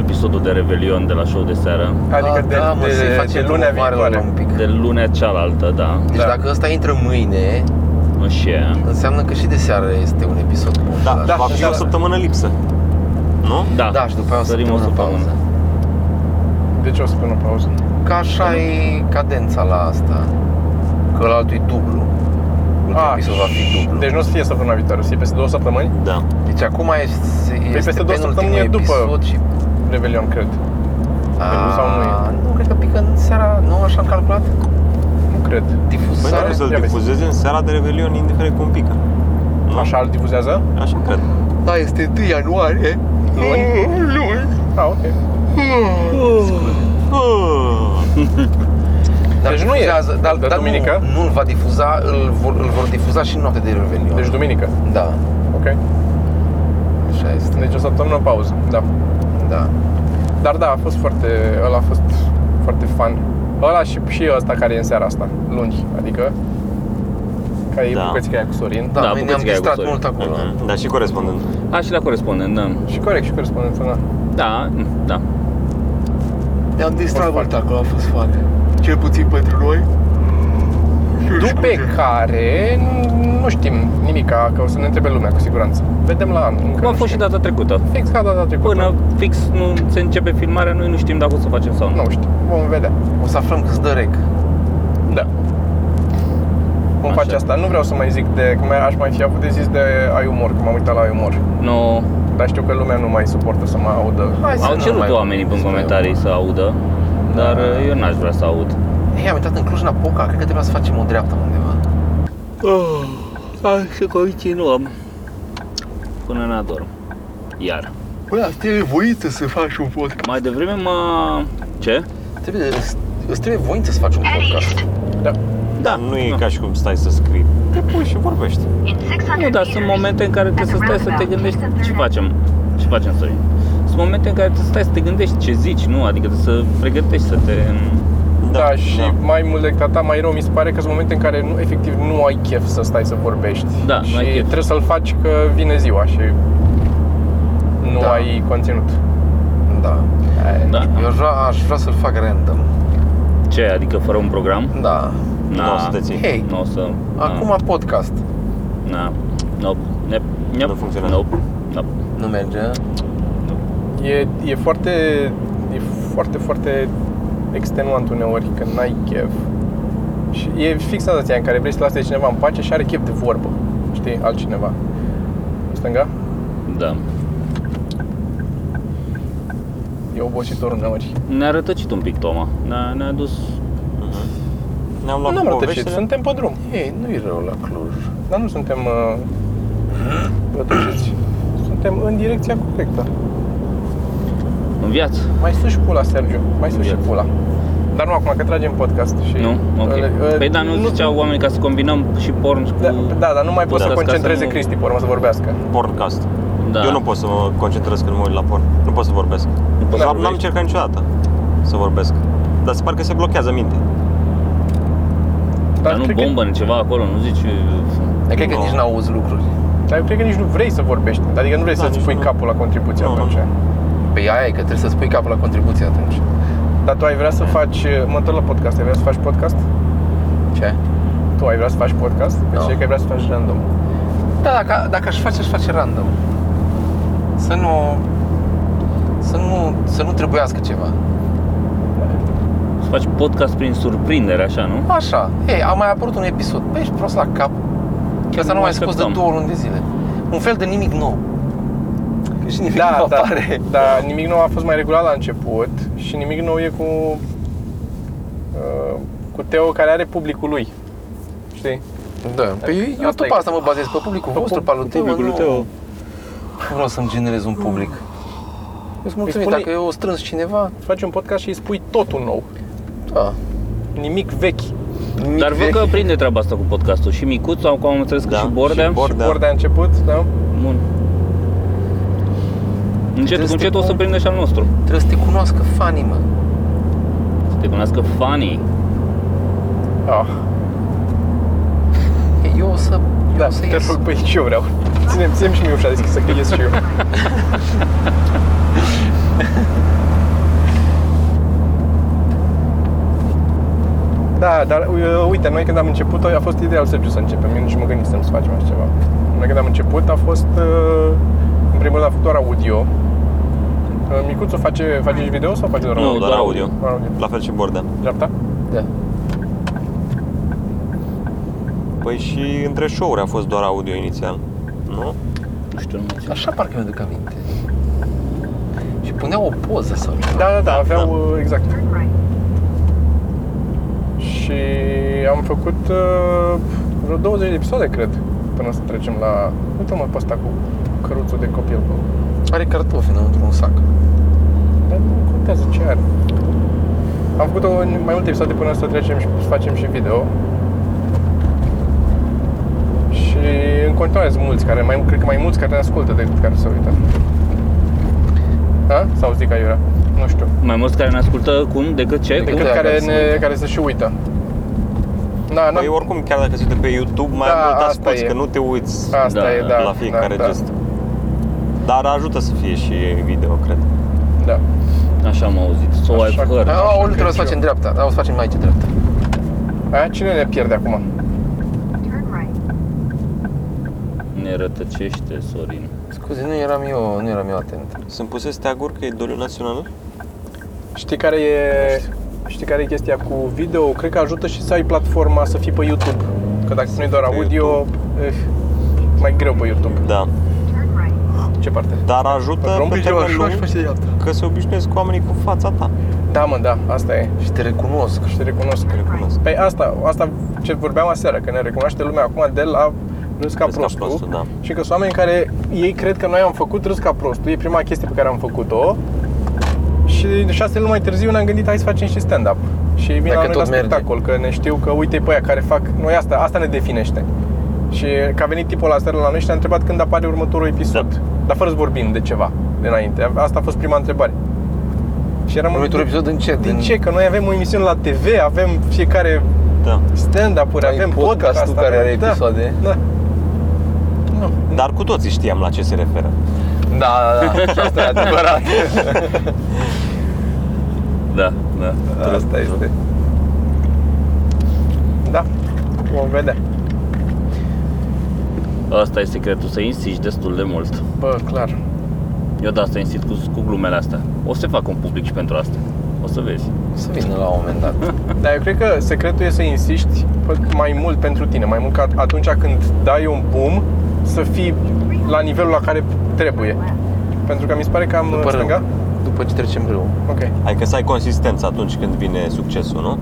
Speaker 3: episodul de Revelion de la show de seară.
Speaker 4: Adică
Speaker 1: Ah,
Speaker 4: de,
Speaker 1: da, mă, să-i
Speaker 4: de, de,
Speaker 1: facem
Speaker 4: lunea
Speaker 1: promovare la
Speaker 4: viitoare.
Speaker 1: un pic.
Speaker 3: De lunea cealaltă, da.
Speaker 1: Deci
Speaker 4: Da.
Speaker 1: dacă ăsta intră mâine,
Speaker 3: Nu și e.
Speaker 1: înseamnă că și de seară este un episod bun.
Speaker 2: Da,
Speaker 1: Dar-
Speaker 2: da,
Speaker 3: exact.
Speaker 2: va fi
Speaker 4: da,
Speaker 2: o
Speaker 4: da.
Speaker 2: săptămână lipsă. Nu?
Speaker 3: Da,
Speaker 1: Da, și după aia o
Speaker 3: Sărim o
Speaker 1: săptămână
Speaker 3: săptămână.
Speaker 1: pauză.
Speaker 4: De ce o să pun o pauză?
Speaker 1: Ca
Speaker 4: Da.
Speaker 1: așa e cadența la asta. Că la altul e dublu. Ultimul
Speaker 4: Ah,
Speaker 1: episod va fi dublu.
Speaker 4: Deci nu o să fie săptămâna viitoare, o să fie peste două săptămâni,
Speaker 2: Da.
Speaker 1: Deci acum este, este
Speaker 4: Păi peste două
Speaker 1: penultimul
Speaker 4: săptămâni e după.
Speaker 1: episod și...
Speaker 4: Revelion, cred.
Speaker 1: A,
Speaker 4: sau Păi mâine?
Speaker 1: Nu, cred că pică în seara, nu așa am calculat?
Speaker 4: Nu cred.
Speaker 2: Păi
Speaker 1: Difuzare?
Speaker 2: dacă să-l
Speaker 4: trebuie să-
Speaker 2: difuzeze în seara de Revelion, indiferent cum pică. Nu?
Speaker 4: Așa îl difuzează?
Speaker 2: Așa cred.
Speaker 1: Da, este 1 ianuarie.
Speaker 4: Luni?
Speaker 1: Luni.
Speaker 4: Ah, ok.
Speaker 2: Ah.
Speaker 1: Dar
Speaker 4: Deci nu e.
Speaker 1: difuzează, Dar,
Speaker 4: Dar
Speaker 1: dar
Speaker 4: duminică?
Speaker 1: Nu, nu îl va difuza, îl vor, îl vor difuza și noaptea de Revelion.
Speaker 4: Deci duminică.
Speaker 1: da,
Speaker 4: Ok.
Speaker 1: așa este.
Speaker 4: Deci o săptămână pauză, da.
Speaker 1: Da.
Speaker 4: Dar da, a fost foarte, ăla a fost foarte fun. Ăla și, și ăsta care e în seara asta, luni, adică care e
Speaker 2: Da.
Speaker 4: bucățica aia cu Sorin.
Speaker 1: Da,
Speaker 3: Da,
Speaker 1: noi ne-am
Speaker 3: bucățica e
Speaker 1: distrat
Speaker 3: cu soi.
Speaker 1: mult acolo.
Speaker 2: Mhm. Dar și corespondent.
Speaker 3: A, și la corespondent, da.
Speaker 4: Și corect, și corespondența, da.
Speaker 3: Da, da.
Speaker 1: Ne-am
Speaker 4: distrat mult
Speaker 1: acolo, a fost foarte. Cel puțin pentru noi.
Speaker 4: După care nu știm nimic, că o să ne întrebe lumea cu siguranță. Vedem la anul. încă
Speaker 3: Cum a
Speaker 4: nu
Speaker 3: fost și
Speaker 4: știm.
Speaker 3: data trecută.
Speaker 4: Fix ca data trecută.
Speaker 3: Până fix nu se începe filmarea, noi nu știm dacă o să facem sau nu.
Speaker 4: Nu știu, vom vedea.
Speaker 1: O să aflăm câți dă rec.
Speaker 4: Da. Vom
Speaker 3: Așa.
Speaker 4: face asta. Nu vreau să mai zic de... Că mai, aș mai fi avut de zis de ai umor, că m-am uitat la ai umor.
Speaker 3: Nu.
Speaker 4: Dar știu că lumea nu mai suportă să mă audă.
Speaker 1: Hai să
Speaker 3: Au
Speaker 1: nu
Speaker 3: cerut
Speaker 1: mai
Speaker 3: oamenii în
Speaker 1: vorbim
Speaker 3: comentarii să audă, Da. dar eu n-aș vrea să aud.
Speaker 1: despre- Hei, am intrat în Cluj-Napoca, cred că trebuia să facem o dreaptă undeva.
Speaker 3: Ah, și continuăm. Până ne adorm. Iar.
Speaker 1: Bă, asta e voință să faci un podcast.
Speaker 3: Mai devreme mă... Ce?
Speaker 1: Trebuie, îți trebuie voință să faci un podcast.
Speaker 4: Da.
Speaker 3: Da,
Speaker 2: Nu e
Speaker 3: da.
Speaker 2: ca și cum stai să scrii. Te pui și vorbești.
Speaker 3: Nu, dar sunt momente în care trebuie să stai să te gândești ce facem. Ce facem să Sunt momente în care trebuie să stai să te gândești ce zici, nu? Adică trebuie să pregătești să te...
Speaker 4: Da, și mai mult decât atât, mai rău mi se pare că sunt momente în care nu, efectiv nu ai chef să stai să vorbești.
Speaker 3: Da,
Speaker 4: și
Speaker 3: nu ai chef.
Speaker 4: trebuie să-l faci că vine ziua și nu
Speaker 1: Da.
Speaker 4: ai conținut.
Speaker 1: Da.
Speaker 3: Da.
Speaker 1: Eu aș vrea, aș vrea să-l fac random.
Speaker 3: Ce? Adică fără un program?
Speaker 1: Da.
Speaker 2: Nu o să te ții.
Speaker 1: Hei,
Speaker 3: Nu o să...
Speaker 1: acum podcast.
Speaker 3: Na. Nope. Nep. Nep.
Speaker 2: Nu funcționează.
Speaker 1: eh?
Speaker 3: Nope. Nope.
Speaker 1: Nu merge.
Speaker 4: E, e foarte, e foarte, foarte extenuant uneori când n-ai chef. Și e fix senzația în care vrei să lase cineva în pace și are chef de vorbă, știi, altcineva. Stânga?
Speaker 3: Da.
Speaker 4: E obositor uneori.
Speaker 3: Ne-a rătăcit un pic Toma. Ne-a, ne-a dus...
Speaker 2: Ne-am
Speaker 4: Nu
Speaker 2: luat
Speaker 4: ne-am
Speaker 2: cu
Speaker 4: rătăcit,
Speaker 2: poveștile.
Speaker 4: suntem pe drum.
Speaker 1: Ei, nu-i rău la Cluj.
Speaker 4: Dar nu suntem uh, rătăciți. Suntem în direcția corectă.
Speaker 3: În viață.
Speaker 4: Mai sus și pula, Sergiu. Mai sus și
Speaker 3: Bine.
Speaker 4: pula. Dar nu acum, că tragem podcast și...
Speaker 3: Nu? Ok.
Speaker 4: Ele-
Speaker 3: Păi da, nu, ziceau oamenii ca să combinăm și porn cu...
Speaker 4: ă, Da, da, dar nu mai pot să
Speaker 3: podcast, ca
Speaker 4: concentreze
Speaker 3: să nu-
Speaker 4: Cristi pe urmă să vorbească.
Speaker 2: Porncast.
Speaker 3: Da.
Speaker 2: Eu nu pot să mă concentrez când mă uit la porn. Nu pot să vorbesc.
Speaker 3: Nu
Speaker 2: De
Speaker 3: poți să
Speaker 2: fapt, n-am
Speaker 3: vorbești.
Speaker 2: încercat niciodată să vorbesc. Dar se pare că se blochează mintea.
Speaker 3: Dar nu
Speaker 4: cred
Speaker 3: bombă în ceva acolo, nu zici... uh,
Speaker 1: Dar cred că
Speaker 2: Nu.
Speaker 1: nici n-auzi lucruri.
Speaker 4: Că, dar eu cred că nici nu vrei să vorbești. Adică nu vrei
Speaker 2: Da,
Speaker 4: să-ți
Speaker 2: nici
Speaker 4: pui
Speaker 2: nu.
Speaker 4: capul la contribuție
Speaker 2: Nu, nu.
Speaker 4: atunci.
Speaker 1: Pe Păi aia e că trebuie să-ți pui capul la contribuție atunci.
Speaker 4: Dar tu ai vrea să faci... Mă întorc la podcast. Ai vrea să faci podcast?
Speaker 1: Ce?
Speaker 4: Tu ai vrea să faci podcast? Că
Speaker 1: Da.
Speaker 4: no. că ai vrea să faci random.
Speaker 1: Da, dacă, dacă aș face, aș face random. Să nu... Să nu, să nu trebuiască ceva.
Speaker 3: Să faci podcast prin surprindere, așa, nu?
Speaker 1: Așa. Ei, a mai apărut un episod. Băi, ești prost la cap. Că asta
Speaker 3: nu
Speaker 1: nu mai
Speaker 3: așteptam.
Speaker 1: scos de două luni de zile. Un fel de nimic nou. Că Și nimic nu
Speaker 4: da,
Speaker 1: apare.
Speaker 4: dar nimic nou a fost mai regulat la început și nimic nou e cu uh, cu Teo care are publicul lui. Știi?
Speaker 1: Da. Păi eu
Speaker 4: Asta
Speaker 1: tot
Speaker 4: e.
Speaker 1: pe asta mă bazez, pe publicul vostru, pe al tău, Mm. nu- Nu vreau să-mi generez un public. Eu sunt mulțumit,
Speaker 4: spune-
Speaker 1: dacă eu o strâns cineva,
Speaker 4: Faci un podcast și îi spui totul nou,
Speaker 1: da.
Speaker 4: nimic vechi.
Speaker 3: Dar văd că prinde treaba asta cu podcastul. Și micuț, sau cum am înțeles că
Speaker 2: Da,
Speaker 3: și Bordea.
Speaker 2: și Bordea.
Speaker 4: Da. Ori de început, da?
Speaker 3: Bun. Încet
Speaker 1: Trebuie
Speaker 3: cu
Speaker 1: să
Speaker 3: încet
Speaker 1: te
Speaker 3: o să
Speaker 1: cunoaște-
Speaker 3: prindă și al nostru.
Speaker 1: Trebuie să te cunoască fanii, mă.
Speaker 3: Să te cunoască fanii.
Speaker 4: Ah,
Speaker 1: Ei, Eu o să, eu
Speaker 4: da,
Speaker 1: o să
Speaker 4: te
Speaker 1: ies.
Speaker 4: rog, păi și eu vreau. Ținem, ținem și mie ușa deschisă, că ies și eu. Da, dar u- uite, noi când am început a fost ideal Sergiu să începem, eu nici mă gândisem să facem așa ceva. Noi când am început a fost, uh, în primul rând a fost doar audio. Uh, Micuțu face, face și video sau face doar
Speaker 2: Nu, da.
Speaker 4: audio?
Speaker 2: doar
Speaker 3: doar
Speaker 2: audio.
Speaker 4: Doar audio.
Speaker 2: La fel și Bordea.
Speaker 4: Dreapta?
Speaker 1: Da.
Speaker 2: Păi și între show-uri a fost doar audio inițial. Nu?
Speaker 3: Nu știu, nu mai țin.
Speaker 1: Așa parcă mi-aduc aminte. Și puneau o poză sau
Speaker 4: Da, da, da, aveau,
Speaker 2: da.
Speaker 4: uh, exact. Și am făcut uh, vreo 20 de episoade, cred, până să trecem la... Uite mă pe asta cu căruțul de copil. Bă.
Speaker 1: Are cartofi înăuntru un sac.
Speaker 4: Dar nu contează ce are. Am făcut o, mai multe episoade până să trecem și să facem și video. Și în continuare sunt mulți care, mai, cred că mai mulți care ne ascultă decât care se uită. A? Sau zic aiurea? Nu știu.
Speaker 2: Păi
Speaker 3: Mai mulți care ne ascultă cum, decât ce?
Speaker 1: Decât-
Speaker 3: Cum?
Speaker 4: Decât
Speaker 1: aia
Speaker 4: care,
Speaker 1: care se
Speaker 4: ne,
Speaker 1: uită.
Speaker 4: care se și uită. Da,
Speaker 2: Păi
Speaker 4: n-am,
Speaker 2: oricum, chiar dacă se uită pe YouTube, mai
Speaker 4: Da,
Speaker 2: mult
Speaker 4: asta
Speaker 2: asculti,
Speaker 4: e.
Speaker 2: că nu te uiți
Speaker 4: asta
Speaker 3: da,
Speaker 4: e, da.
Speaker 2: la fiecare
Speaker 4: da, da,
Speaker 2: gest. Dar ajută să fie și video, cred.
Speaker 4: Da.
Speaker 3: Așa am auzit. So
Speaker 4: Așa.
Speaker 3: I've heard.
Speaker 1: Da,
Speaker 4: așa
Speaker 1: o
Speaker 4: cred
Speaker 1: trebuie
Speaker 4: și
Speaker 1: să facem
Speaker 4: eu.
Speaker 1: dreapta, da, o să facem aici dreapta.
Speaker 4: Aia cine ne pierde acum?
Speaker 5: Turn right.
Speaker 3: Ne rătăcește Sorin.
Speaker 1: Scuze, nu eram eu, nu eram eu atent.
Speaker 2: Sunt puse steaguri că e doliu național?
Speaker 4: Știi care e Știi care e chestia cu video? Cred că ajută și să ai platforma să fii pe YouTube. Că dacă nu-i doar
Speaker 2: Pe
Speaker 4: audio, eh, mai greu pe YouTube.
Speaker 2: Da.
Speaker 5: Turn right.
Speaker 4: Ce parte?
Speaker 2: Dar ajută
Speaker 4: Drum?
Speaker 2: Da, pe termen lung
Speaker 1: dreapta.
Speaker 2: că se obișnuiesc cu oamenii cu fața ta.
Speaker 4: Da, mă, da, asta e.
Speaker 1: Și te recunosc.
Speaker 4: Și te recunosc.
Speaker 2: Recunosc.
Speaker 4: Păi asta, asta ce vorbeam aseară, că ne recunoaște lumea acum de la râs ca
Speaker 2: Râs ca
Speaker 4: prostul,
Speaker 2: prostul, da.
Speaker 4: și că sunt oameni care ei cred că noi am făcut râs ca prostul, e prima chestie pe care am făcut-o și de șase luni mai târziu ne-am gândit hai să facem și stand-up. Și vin
Speaker 1: Dacă
Speaker 4: la noi la
Speaker 1: tot merge.
Speaker 4: spectacol, că ne știu că uite pe aia care fac, noi asta, asta ne definește. Și că a venit tipul ăla aseară la noi și ne-a întrebat când apare următorul episod,
Speaker 2: Da.
Speaker 4: dar fără să vorbim de ceva de înainte. Asta a fost prima întrebare. Și eram
Speaker 1: Următorul episod în ce?
Speaker 4: din ce? Că noi avem o emisiune la TV, avem fiecare
Speaker 2: Da.
Speaker 4: stand-up-uri,
Speaker 1: Ai
Speaker 4: avem podcast
Speaker 1: podcastul
Speaker 4: asta,
Speaker 1: care are
Speaker 4: da,
Speaker 1: episoade.
Speaker 4: Da.
Speaker 2: Dar cu toții știam la ce se referă.
Speaker 1: Da, da, da, și asta e adevărat.
Speaker 3: Da, da.
Speaker 4: Asta este. Da, vom vedea.
Speaker 3: Asta e secretul, să insisti destul de mult.
Speaker 4: Bă, clar.
Speaker 3: Eu de asta insist cu, cu glumele astea. O să fac un public și pentru asta. O să vezi.
Speaker 1: O să vină la un moment dat.
Speaker 4: Dar eu cred că secretul e să insisti pe- mai mult pentru tine, mai mult ca atunci când dai un boom, să fii la nivelul la care trebuie. Pentru că mi se pare că am
Speaker 1: După râu.
Speaker 4: stânga. Uh.
Speaker 1: După ce trecem râul.
Speaker 4: Ok.
Speaker 2: Adică să ai consistență atunci când vine succesul, nu?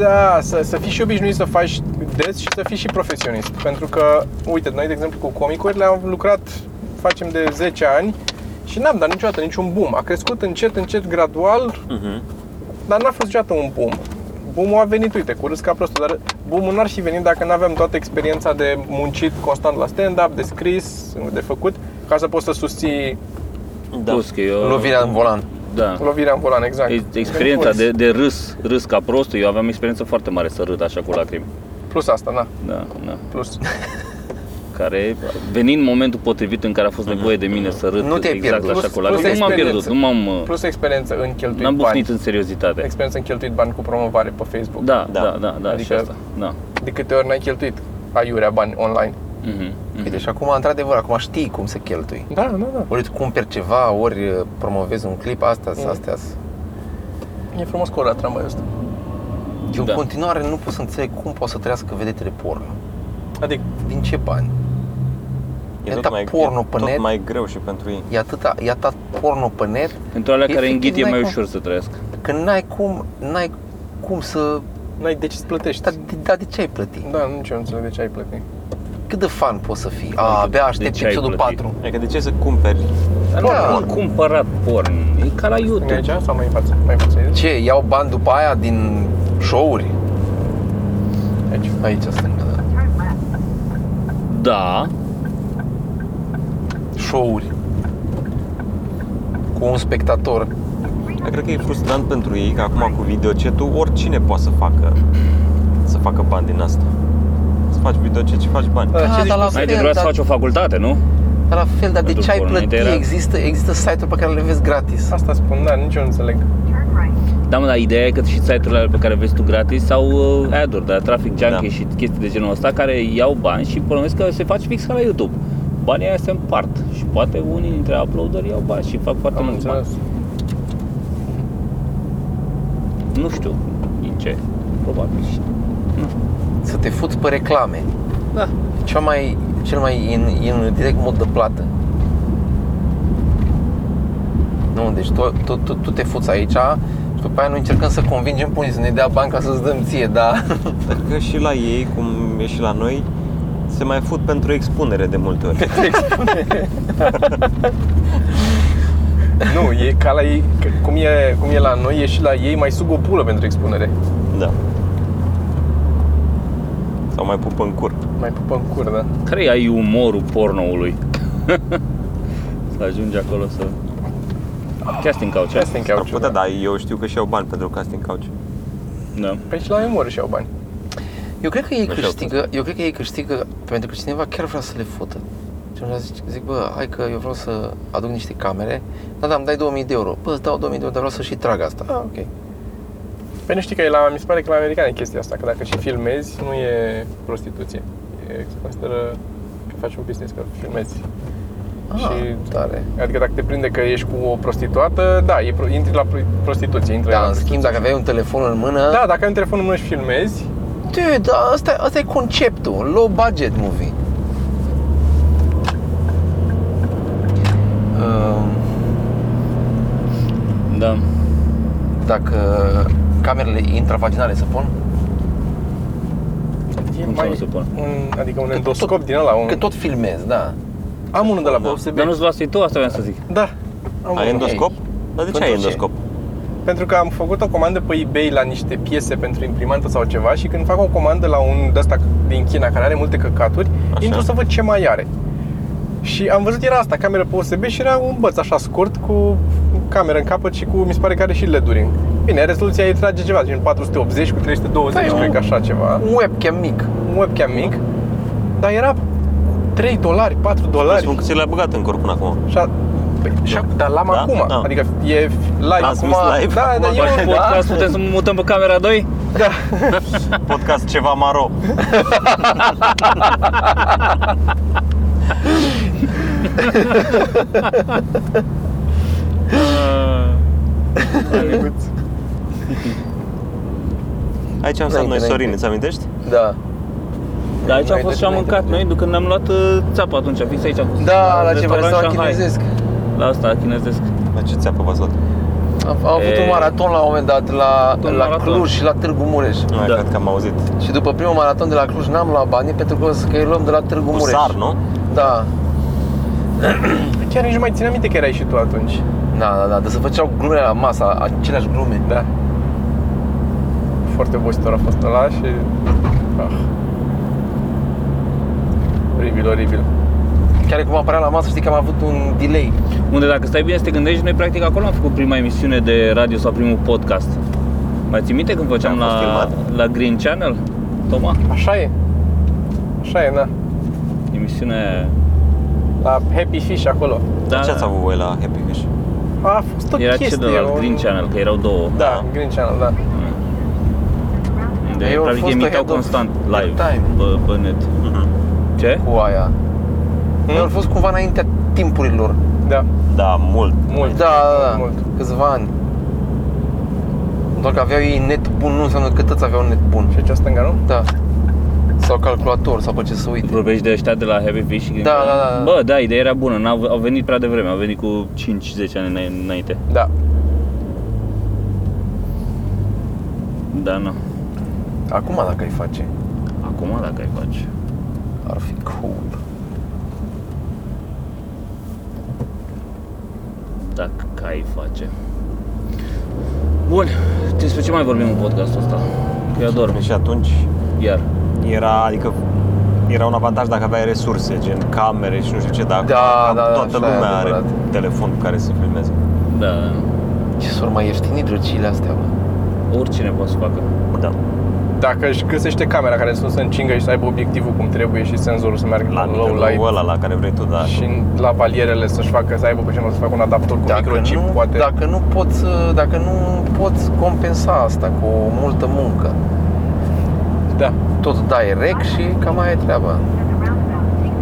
Speaker 4: Da, să, să fii și obișnuit să faci des și să fii și profesionist. Pentru că, uite, noi, de exemplu, cu comicurile am lucrat, facem de 10 ani și n-am dat niciodată niciun boom. A crescut încet, încet, gradual,
Speaker 3: Mhm.
Speaker 2: Uh-huh.
Speaker 4: dar n-a fost niciodată un boom. Boom-ul a venit, uite, cu râs ca prostul, dar boom-ul n-ar fi venit dacă n-aveam toată experiența de muncit constant la stand-up, de scris, de făcut, ca să poți să susții
Speaker 2: Da.
Speaker 3: Plus că eu...
Speaker 1: Lovirea în volan.
Speaker 3: Da.
Speaker 4: lovirea în volan, exact.
Speaker 3: E- Experiența de, de râs, râs ca prostul, eu aveam experiență foarte mare să râd așa cu lacrimi.
Speaker 4: Plus asta, da,
Speaker 3: Da, da.
Speaker 4: plus.
Speaker 3: Care venind momentul potrivit în care a fost nevoie de mine să râd
Speaker 1: Nu te-ai
Speaker 3: exact
Speaker 1: pierdut.
Speaker 3: așa
Speaker 4: Plus-
Speaker 3: cu lacrimi.
Speaker 4: plus
Speaker 3: Nu m-am pierdut,
Speaker 4: experiență.
Speaker 3: nu m-am... uh,
Speaker 4: Plus experiență în cheltuit
Speaker 3: N-am
Speaker 4: bani. Exact.
Speaker 3: bufnit în seriozitate.
Speaker 4: Experiență în cheltuit bani cu promovare pe Facebook.
Speaker 3: Da,
Speaker 2: Da.
Speaker 3: da, da, da, da adică... și
Speaker 4: Adică-
Speaker 3: asta. Da.
Speaker 4: De câte ori n-ai cheltuit aiurea bani online.
Speaker 3: Mhm, mhm.
Speaker 1: Uite, și acum, într-adevăr, acum știi cum să cheltui.
Speaker 4: Da, da, da.
Speaker 1: Ori îți cumperi ceva, ori uh, promovezi un clip, astea
Speaker 4: Mm.
Speaker 1: sau astea.
Speaker 4: E frumos cu ăla tramvaiul ăsta.
Speaker 1: Eu
Speaker 3: Da.
Speaker 1: în continuare nu pot să înțeleg cum pot să trăiască vedetele porno.
Speaker 4: Adică,
Speaker 1: Din ce bani?
Speaker 2: E
Speaker 1: Atâta
Speaker 2: tot mai,
Speaker 1: porno
Speaker 2: e
Speaker 1: pe
Speaker 2: tot
Speaker 1: net.
Speaker 2: mai greu și pentru ei.
Speaker 1: E atâta, e atât porno pe net,
Speaker 3: Pentru alea care
Speaker 1: Efectiv,
Speaker 3: înghit e
Speaker 1: n-ai
Speaker 3: mai
Speaker 1: cum.
Speaker 3: ușor să trăiesc.
Speaker 1: că n-ai cum, n-ai cum să...
Speaker 4: n-ai de ce să plătești.
Speaker 1: Dar de, da, de ce ai plătit?
Speaker 4: Da, nici eu nu înțeleg de ce ai plătit.
Speaker 1: Cât de fan poți să fii? A, abia
Speaker 3: de
Speaker 1: aștept
Speaker 3: ce ai
Speaker 1: episodul
Speaker 3: plătit?
Speaker 1: 4.
Speaker 2: Adică de ce să cumperi?
Speaker 3: Dar
Speaker 1: Da.
Speaker 3: nu am cumpărat porn, e ca la
Speaker 4: Stânga
Speaker 3: YouTube.
Speaker 4: aici sau mai în față? Mai în față. Aici.
Speaker 1: Ce, iau bani după aia din show-uri?
Speaker 4: aici.
Speaker 1: Aici stânga, da.
Speaker 5: Turn left.
Speaker 3: Da,
Speaker 1: Show-uri. Cu un spectator.
Speaker 2: Eu cred că e frustrant pentru ei că acum cu videocetul oricine poate să facă să facă bani din asta. Să faci videocet și faci bani.
Speaker 4: Da, ce zici
Speaker 1: dar la
Speaker 4: tu?
Speaker 3: mai
Speaker 1: fel,
Speaker 3: degrabă să
Speaker 1: dar-
Speaker 3: faci o facultate, nu?
Speaker 1: Dar la fel, dar de
Speaker 3: Pentru
Speaker 1: ce ai
Speaker 3: porno,
Speaker 1: plătit?
Speaker 3: era-
Speaker 1: Există, există site-uri pe care le vezi gratis.
Speaker 4: Asta spun, da, nici eu nu înțeleg.
Speaker 5: Turn right.
Speaker 3: Da, mă, dar ideea e că și site-urile alea pe care vezi tu gratis sau uh, ad-uri de la Traffic Junkie
Speaker 2: Da.
Speaker 3: și chestii de genul ăsta care iau bani și promesc că se face fix ca la YouTube. Banii aia se împart și poate unii dintre uploaderi iau bani și fac foarte
Speaker 4: Am
Speaker 3: mulți bani.
Speaker 4: înțeles.
Speaker 3: Nu știu din ce, probabil și
Speaker 1: Să te fuți pe reclame.
Speaker 3: Da.
Speaker 1: Cea mai, cel mai in, in direct mod de plată. Nu, deci tu, tu, tu, tu te fuți aici și după aia noi încercăm să convingem pe unii să ne dea bani ca să-ți dăm ție, dar
Speaker 2: Dar că și la ei, cum e și la noi, se mai fut pentru expunere de multe ori.
Speaker 4: Nu, e ca la ei, că- cum e, cum e la noi, e și la ei mai sub o pulă pentru expunere.
Speaker 2: Da. Sau mai pupă în cur.
Speaker 4: Mai pupă în cur, da.
Speaker 3: Care ai umorul pornoului? să ajungi acolo să... Casting couch,
Speaker 4: Ce asta
Speaker 3: casting.
Speaker 4: încheia
Speaker 2: Ar putea,
Speaker 4: uciudat?
Speaker 2: da, eu știu că și-au bani pentru casting couch.
Speaker 3: Da.
Speaker 4: Păi și la umor și au bani.
Speaker 1: eu cred că ei
Speaker 2: Așa
Speaker 1: câștigă, eu cred că ei câștigă pentru că cineva chiar vrea să le fută. Și atunci zic, zic, bă, hai că eu vreau să aduc niște camere, da, da, îmi dai 2000 de euro. Bă, îți dau 2000 de euro, dar vreau să și trag asta. Ah, ok.
Speaker 4: Păi nu știi că e la, mi se pare că la americani e chestia asta, că dacă și filmezi, nu e prostituție. E, se consideră că faci un business, că filmezi.
Speaker 1: Ah,
Speaker 4: Și-
Speaker 1: tare.
Speaker 4: Adică dacă te prinde că ești cu o prostituată, da, e, pro- intri la pro- prostituție, intri
Speaker 1: Da,
Speaker 4: la
Speaker 1: în schimb, dacă aveai un telefon în mână,
Speaker 4: Da, dacă ai un telefon în mână și filmezi,
Speaker 1: Dude, da, asta, asta e conceptul, low budget movie. Um,
Speaker 3: Da.
Speaker 1: Dacă camerele intravaginale se pun,
Speaker 4: e
Speaker 3: Cum
Speaker 4: mai
Speaker 3: să pun?
Speaker 4: un, adică un
Speaker 1: tot-
Speaker 4: endoscop din ăla, un...
Speaker 1: că tot filmez, da.
Speaker 4: Am unul de la USB.
Speaker 3: Dar nu-ți luați tu, asta vreau să zic.
Speaker 4: Da, am
Speaker 2: Ai
Speaker 4: unul.
Speaker 2: endoscop? Dar de ce
Speaker 1: Pentru
Speaker 2: ai
Speaker 1: ce?
Speaker 2: endoscop?
Speaker 4: Pentru că am făcut o comandă pe eBay la niște piese pentru imprimantă sau ceva și când fac o comandă la un de ăsta din China care are multe căcaturi,
Speaker 2: Așa.
Speaker 4: intru să văd ce mai are. Și am văzut era asta, cameră pe USB și era un băț așa scurt cu cameră în capăt și cu, mi se pare că are și LED-uri. Bine, rezoluția ei trage ceva, gen 480 cu 320,
Speaker 1: Da, e
Speaker 4: cred
Speaker 1: un-
Speaker 4: că așa ceva.
Speaker 1: Un webcam mic.
Speaker 4: Un webcam mic, dar era 3 dolari, 4
Speaker 2: Îți
Speaker 4: dolari.
Speaker 2: Spun că ți l-ai băgat în corp până acum.
Speaker 4: Și a, păi, și a, dar l-am
Speaker 2: Da?
Speaker 4: acum,
Speaker 2: Da.
Speaker 4: adică e live
Speaker 2: Transmis
Speaker 4: acum.
Speaker 2: live.
Speaker 4: Da,
Speaker 2: Acum
Speaker 4: da,
Speaker 3: Faci
Speaker 4: e un
Speaker 3: podcast, putem să mutăm pe camera 2?
Speaker 4: Da.
Speaker 2: Podcast ceva maro.
Speaker 3: Da,
Speaker 2: Aici am stat noi,
Speaker 1: Înainte,
Speaker 2: Sorin,
Speaker 1: înainte.
Speaker 2: îți amintești?
Speaker 1: Da.
Speaker 3: Dar Da, aici a
Speaker 1: Înainte,
Speaker 3: fost și am
Speaker 1: înainte,
Speaker 3: mâncat
Speaker 1: înainte.
Speaker 3: noi, de când am luat uh, țapa atunci, fix aici. cu-
Speaker 1: Da, la ceva
Speaker 3: restaurant
Speaker 1: restaurant
Speaker 3: Shanghai.
Speaker 1: chinezesc.
Speaker 3: La asta, chinezesc.
Speaker 2: La ce ți-a păvăsat?
Speaker 1: Am, am avut
Speaker 3: E.
Speaker 1: un maraton la un moment dat la,
Speaker 3: Un
Speaker 1: la
Speaker 3: maraton.
Speaker 1: Cluj și la Târgu Mureș.
Speaker 2: Da.
Speaker 3: Da.
Speaker 2: Cred că am auzit.
Speaker 1: Și după primul maraton de la Cluj n-am luat bani pentru că o să că îi luăm de la Târgu
Speaker 2: Cu
Speaker 1: Mureș.
Speaker 2: sar, nu?
Speaker 1: Da.
Speaker 4: Chiar nici nu mai țin minte că erai și tu atunci.
Speaker 1: Da, da, da, dar se făceau glume la masa, aceleași glume.
Speaker 4: Da. Foarte obositor a fost ăla și... Ah. Oribil, oribil.
Speaker 1: Chiar cum apărea la masă, știi că am avut un delay.
Speaker 3: Unde dacă stai bine să te gândești, noi practic acolo am făcut prima emisiune de radio sau primul podcast. Mai ții minte când făceam
Speaker 2: Am fost
Speaker 3: la,
Speaker 2: filmat.
Speaker 3: la Green Channel? Toma,
Speaker 4: Așa e. Așa e, na.
Speaker 3: emisiune...
Speaker 4: La Happy Fish acolo.
Speaker 2: Da. Ce ați avut voi la Happy Fish?
Speaker 4: A fost o
Speaker 3: Era ce
Speaker 4: chestie.
Speaker 3: de la
Speaker 4: o-
Speaker 3: Green Channel, că erau două.
Speaker 4: Da, Green Channel, da.
Speaker 3: Unde
Speaker 1: Eu
Speaker 3: practic
Speaker 1: fost
Speaker 3: emitau
Speaker 1: ahead of
Speaker 3: constant
Speaker 1: their
Speaker 3: live
Speaker 1: time.
Speaker 3: pe, pe net.
Speaker 2: Mhm.
Speaker 3: Ce?
Speaker 1: cu aia.
Speaker 4: Hmm?
Speaker 1: Noi au fost cumva înaintea timpurilor.
Speaker 4: Da,
Speaker 2: Da, mult.
Speaker 4: mult.
Speaker 1: Da, da, da.
Speaker 4: Mult.
Speaker 1: Câțiva ani. Doar că aveau ei net bun, nu înseamnă că toți aveau net bun.
Speaker 4: Și acea stânga, nu?
Speaker 1: Da. Sau calculator, sau pe ce să uite.
Speaker 3: Vorbești de ăștia de la Heavy Fish și Green
Speaker 1: Da,
Speaker 3: Channel?
Speaker 1: da, da, da.
Speaker 3: Bă, da, ideea era bună, n-au, au venit prea devreme, au venit cu 5-10 ani îna- înainte.
Speaker 4: Da.
Speaker 3: Da, nu.
Speaker 1: Acum dacă ai face,
Speaker 3: Acum dacă ai face.
Speaker 1: ar fi cool.
Speaker 3: Dacă ai face. Bun, despre ce mai vorbim în podcastul ăsta? Că eu adorm.
Speaker 2: Și atunci
Speaker 3: Iar.
Speaker 2: era, adică era un avantaj dacă aveai resurse, gen camere și nu știu ce, dar
Speaker 1: Da,
Speaker 2: cam
Speaker 1: da, da,
Speaker 2: toată
Speaker 1: așa e
Speaker 2: lumea are
Speaker 1: adevărat.
Speaker 2: telefon cu care să filmeze.
Speaker 3: Da, da.
Speaker 1: Ce sunt mai ieftini drăciile astea, bă.
Speaker 3: Oricine poate să facă.
Speaker 2: Da.
Speaker 4: Dacă își găsește camera care să nu se încingă și să aibă obiectivul cum trebuie și senzorul să meargă
Speaker 2: La
Speaker 1: Adică
Speaker 4: la low
Speaker 2: nivelul
Speaker 4: light
Speaker 2: ăla la care vrei tu, da.
Speaker 4: și
Speaker 2: Și...
Speaker 4: la palierele să-și facă, să aibă pe genul să facă un adaptor cu
Speaker 1: Dacă
Speaker 4: microchip,
Speaker 1: nu,
Speaker 4: poate.
Speaker 1: dacă nu poți, uh, dacă nu poți compensa asta cu multă muncă,
Speaker 4: Da.
Speaker 1: tot dai rec și cam mai e treaba.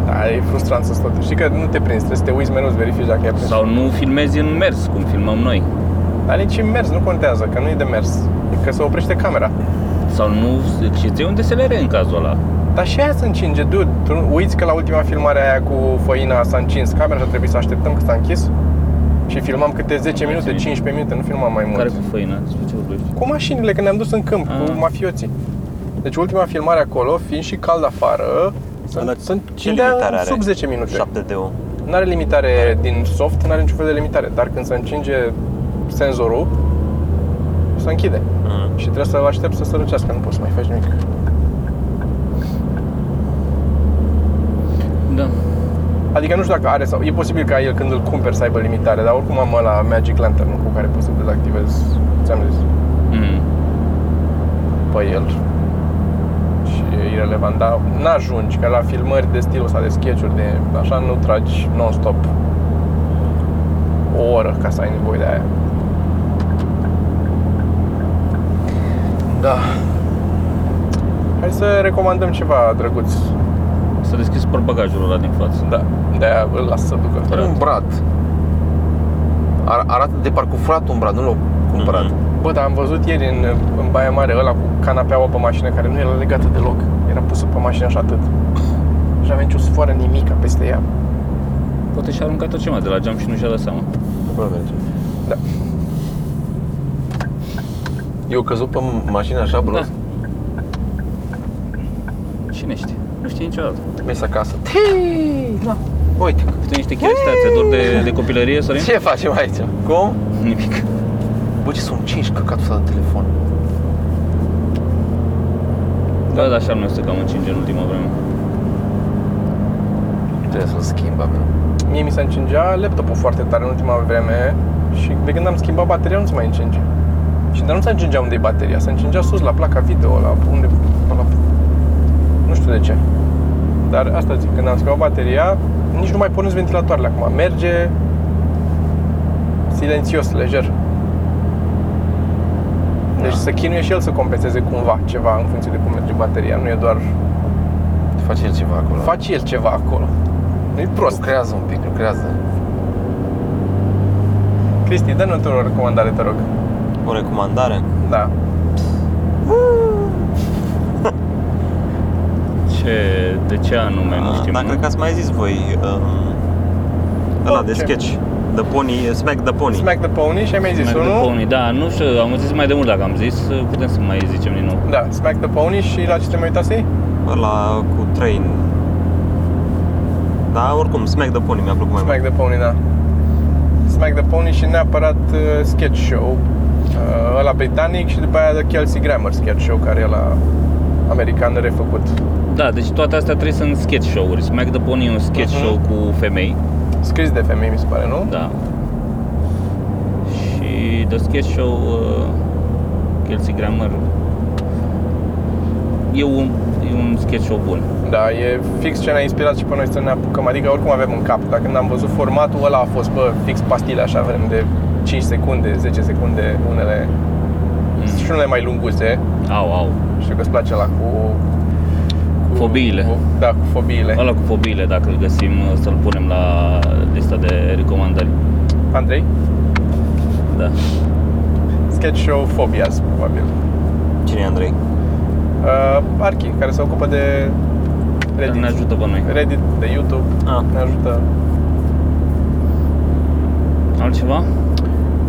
Speaker 4: Da, e frustrant să stai. Știi că nu te prinzi, trebuie să te uiți mereu să verifici dacă e prins.
Speaker 3: Sau nu filmezi în mers, cum filmăm noi.
Speaker 4: Dar nici în mers nu contează, că nu e de mers. E că se oprește camera.
Speaker 3: Sau nu, și îți iei un DSLR în cazul ăla.
Speaker 4: Dar și aia se încinge, dude. Tu nu- uiți că la ultima filmare aia cu făina s-a încins camera și a trebuit să așteptăm că s-a închis. Și filmam câte
Speaker 3: Nu
Speaker 4: 10
Speaker 3: mai
Speaker 4: minute,
Speaker 3: țin
Speaker 4: 15 minute, nu filmam mai mult.
Speaker 3: Care cu făina? Despre ce vorbești?
Speaker 4: Cu mașinile, când ne-am dus în câmp,
Speaker 3: Ah.
Speaker 4: cu mafioții. Deci ultima filmare acolo, fiind și cald afară,
Speaker 2: Dar
Speaker 4: sunt,
Speaker 2: ce
Speaker 4: sunt
Speaker 2: limitare
Speaker 4: cindea
Speaker 2: are?
Speaker 4: sub 10 minute.
Speaker 2: 7 de o.
Speaker 4: Nu are limitare din soft, nu are niciun fel de limitare, dar când se încinge senzorul, se închide.
Speaker 2: Mm.
Speaker 4: Și trebuie să aștept să se răcească, nu poți să mai faci nimic.
Speaker 3: Da.
Speaker 4: Adică nu știu dacă are sau... E posibil ca el când îl cumperi să aibă limitare, dar oricum am la Magic Lantern cu care poți să dezactivezi, ți-am zis,
Speaker 3: Mm.
Speaker 4: pe el. Și e irrelevant, dar n-ajungi, că la filmări de stilul sau de sketch-uri, de așa, nu tragi non-stop o oră ca să ai nevoie de aia.
Speaker 1: Da.
Speaker 4: Hai să recomandăm ceva drăguț.
Speaker 3: Să deschizi portbagajul ăla din față.
Speaker 4: Da, de-aia îl las să ducă.
Speaker 3: Brad.
Speaker 1: Un brad. Ar, arată de parcă furat un brad, nu l-au cumpărat.
Speaker 2: Mhm.
Speaker 4: Bă, dar am văzut ieri în, în Baia Mare ăla cu canapeaua pe mașină care nu era legată deloc. Era pusă pe mașină și atât. Și avea nicio sfoară nimica peste ea.
Speaker 3: Poate și-a aruncat-o ceva de la geam și nu și-a dat seama.
Speaker 1: Acolo merge.
Speaker 4: Da.
Speaker 1: Eu căzut pe mașină așa, bro. Da.
Speaker 3: Cine știe? Nu știi niciodată.
Speaker 1: Mers acasă. Tii, da. Uite,
Speaker 3: Câte niște chestii, ți dor de, de copilărie, Sorin?
Speaker 1: ce facem aici? Cum?
Speaker 3: Nimic.
Speaker 1: Bă, ce sunt 5 căcatul ăsta de telefon.
Speaker 3: Da, dar așa nu este cam încinge în ultima vreme.
Speaker 1: Trebuie să-l schimb, am
Speaker 4: Mie mi se încingea laptopul foarte tare în ultima vreme și de când am schimbat bateria nu se mai încinge. Și dar nu se încingea unde e bateria, se încingea sus la placa video, la unde... La, nu știu de ce. Dar asta zic, când am schimbat bateria, nici nu mai pornesc ventilatoarele acum. Merge silențios, lejer. Deci
Speaker 1: Da.
Speaker 4: se chinuie și el să compenseze cumva ceva în funcție de cum merge bateria, nu e doar
Speaker 1: Da. Face el ceva acolo.
Speaker 4: Faci el ceva acolo. Nu e prost.
Speaker 1: Lucrează un pic, lucrează.
Speaker 4: Cristi, dă-ne tu o recomandare, te rog.
Speaker 2: O recomandare?
Speaker 4: Da.
Speaker 3: Ce, de ce anume, nu știm.
Speaker 2: Dar cred Ah, că ați mai zis voi um, ăla de
Speaker 4: Ce?
Speaker 2: sketch. The Pony, Smack the Pony.
Speaker 4: Smack the Pony și ai mai zis
Speaker 3: Mai de
Speaker 4: unul.
Speaker 3: pony. Da, nu știu, am zis mai de mult dacă am zis, putem să mai zicem din nou.
Speaker 4: Da, Smack the Pony și la ce te mai uitați?
Speaker 2: Ăla cu train. Da, oricum, Smack the Pony mi-a plăcut mai mult.
Speaker 4: Smack the Pony, da. Smack the Pony și neapărat uh, sketch show. Uh, ăla britanic și după aia The Kelsey Grammer sketch show, care e la american refăcut.
Speaker 3: Da, deci toate astea trei sunt sketch show-uri. Smack the Pony e un sketch
Speaker 4: Mhm.
Speaker 3: show cu femei,
Speaker 4: Scris de femei, mi se pare, nu?
Speaker 3: da. Și The Sketch Show, uh, Kelsey Grammer, e un, e un sketch show bun.
Speaker 4: Da, e fix ce ne-a inspirat și pe noi să ne apucăm. Adică oricum avem în cap. Dacă când am văzut formatul ăla a fost, bă, fix pastile așa, vrem de 5 secunde, 10 secunde, unele
Speaker 3: Mm.
Speaker 4: și unele mai lunguțe.
Speaker 3: Au, au.
Speaker 4: Știu că îți place la cu, cu
Speaker 3: Fobiile.
Speaker 4: Cu, da, cu fobiile.
Speaker 3: Ăla cu fobiile, dacă îl găsim, să-l punem la lista de recomandări.
Speaker 4: Andrei?
Speaker 3: Da.
Speaker 4: Sketch show Phobias, probabil.
Speaker 2: Cine e Andrei?
Speaker 4: Uh, Archi, care se ocupă de
Speaker 3: Dar
Speaker 4: Reddit.
Speaker 3: ne ajută pe noi.
Speaker 4: Reddit, de YouTube,
Speaker 2: Ah.
Speaker 4: ne ajută.
Speaker 3: Altceva?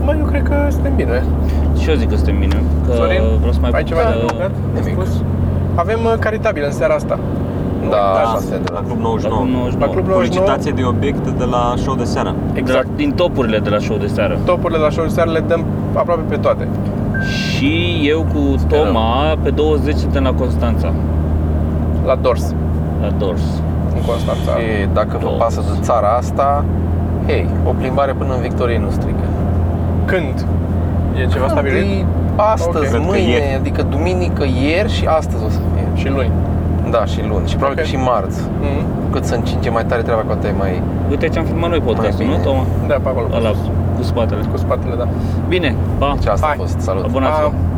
Speaker 4: Mă, eu cred că suntem bine.
Speaker 3: Și eu zic că suntem bine. Că
Speaker 4: Sorin,
Speaker 3: vreau să mai Da.
Speaker 4: ai ceva de
Speaker 3: că-
Speaker 4: adăugat? De
Speaker 1: nimic.
Speaker 4: spus? Avem uh, caritabil în seara asta. Nu
Speaker 1: Da,
Speaker 4: uitați
Speaker 1: asta
Speaker 4: asta.
Speaker 1: e de
Speaker 2: Ah, La
Speaker 1: la
Speaker 2: Club
Speaker 3: la Club
Speaker 2: 99.
Speaker 3: 99.
Speaker 4: La Club
Speaker 2: Solicitație de obiecte de la show de seară.
Speaker 4: Exact.
Speaker 3: Exact. Din topurile de la show de seară.
Speaker 4: Topurile de la show seara le dăm aproape pe toate.
Speaker 3: Și eu cu Toma pe 20 suntem la Constanța,
Speaker 4: La Dors,
Speaker 3: la Dors.
Speaker 4: în Constanța.
Speaker 1: Și dacă vă
Speaker 3: Toți.
Speaker 1: pasă de țara asta, hei, o plimbare până în Victorie nu strică.
Speaker 4: Când? E ceva
Speaker 1: Când
Speaker 4: stabilit?
Speaker 1: e Astăzi,
Speaker 4: Ok.
Speaker 2: Cred că ieri.
Speaker 1: mâine, adică duminică, ieri și astăzi o să fie.
Speaker 4: Și luni.
Speaker 1: Da, și luni. Și probabil
Speaker 4: Ok.
Speaker 1: că și marți.
Speaker 4: Mhm.
Speaker 1: Cât să încinge mai tare treaba, cu atât e mai...
Speaker 3: Uite ce am filmat noi podcastul,
Speaker 1: Mai
Speaker 3: nu,
Speaker 1: bine.
Speaker 3: Toma?
Speaker 4: Da, pe acolo.
Speaker 3: Ăla cu spatele.
Speaker 4: Cu spatele, da.
Speaker 3: Bine, pa!
Speaker 1: Ce asta a
Speaker 4: Hai.
Speaker 1: fost. Salut!
Speaker 3: Abonați-vă!
Speaker 4: Pa.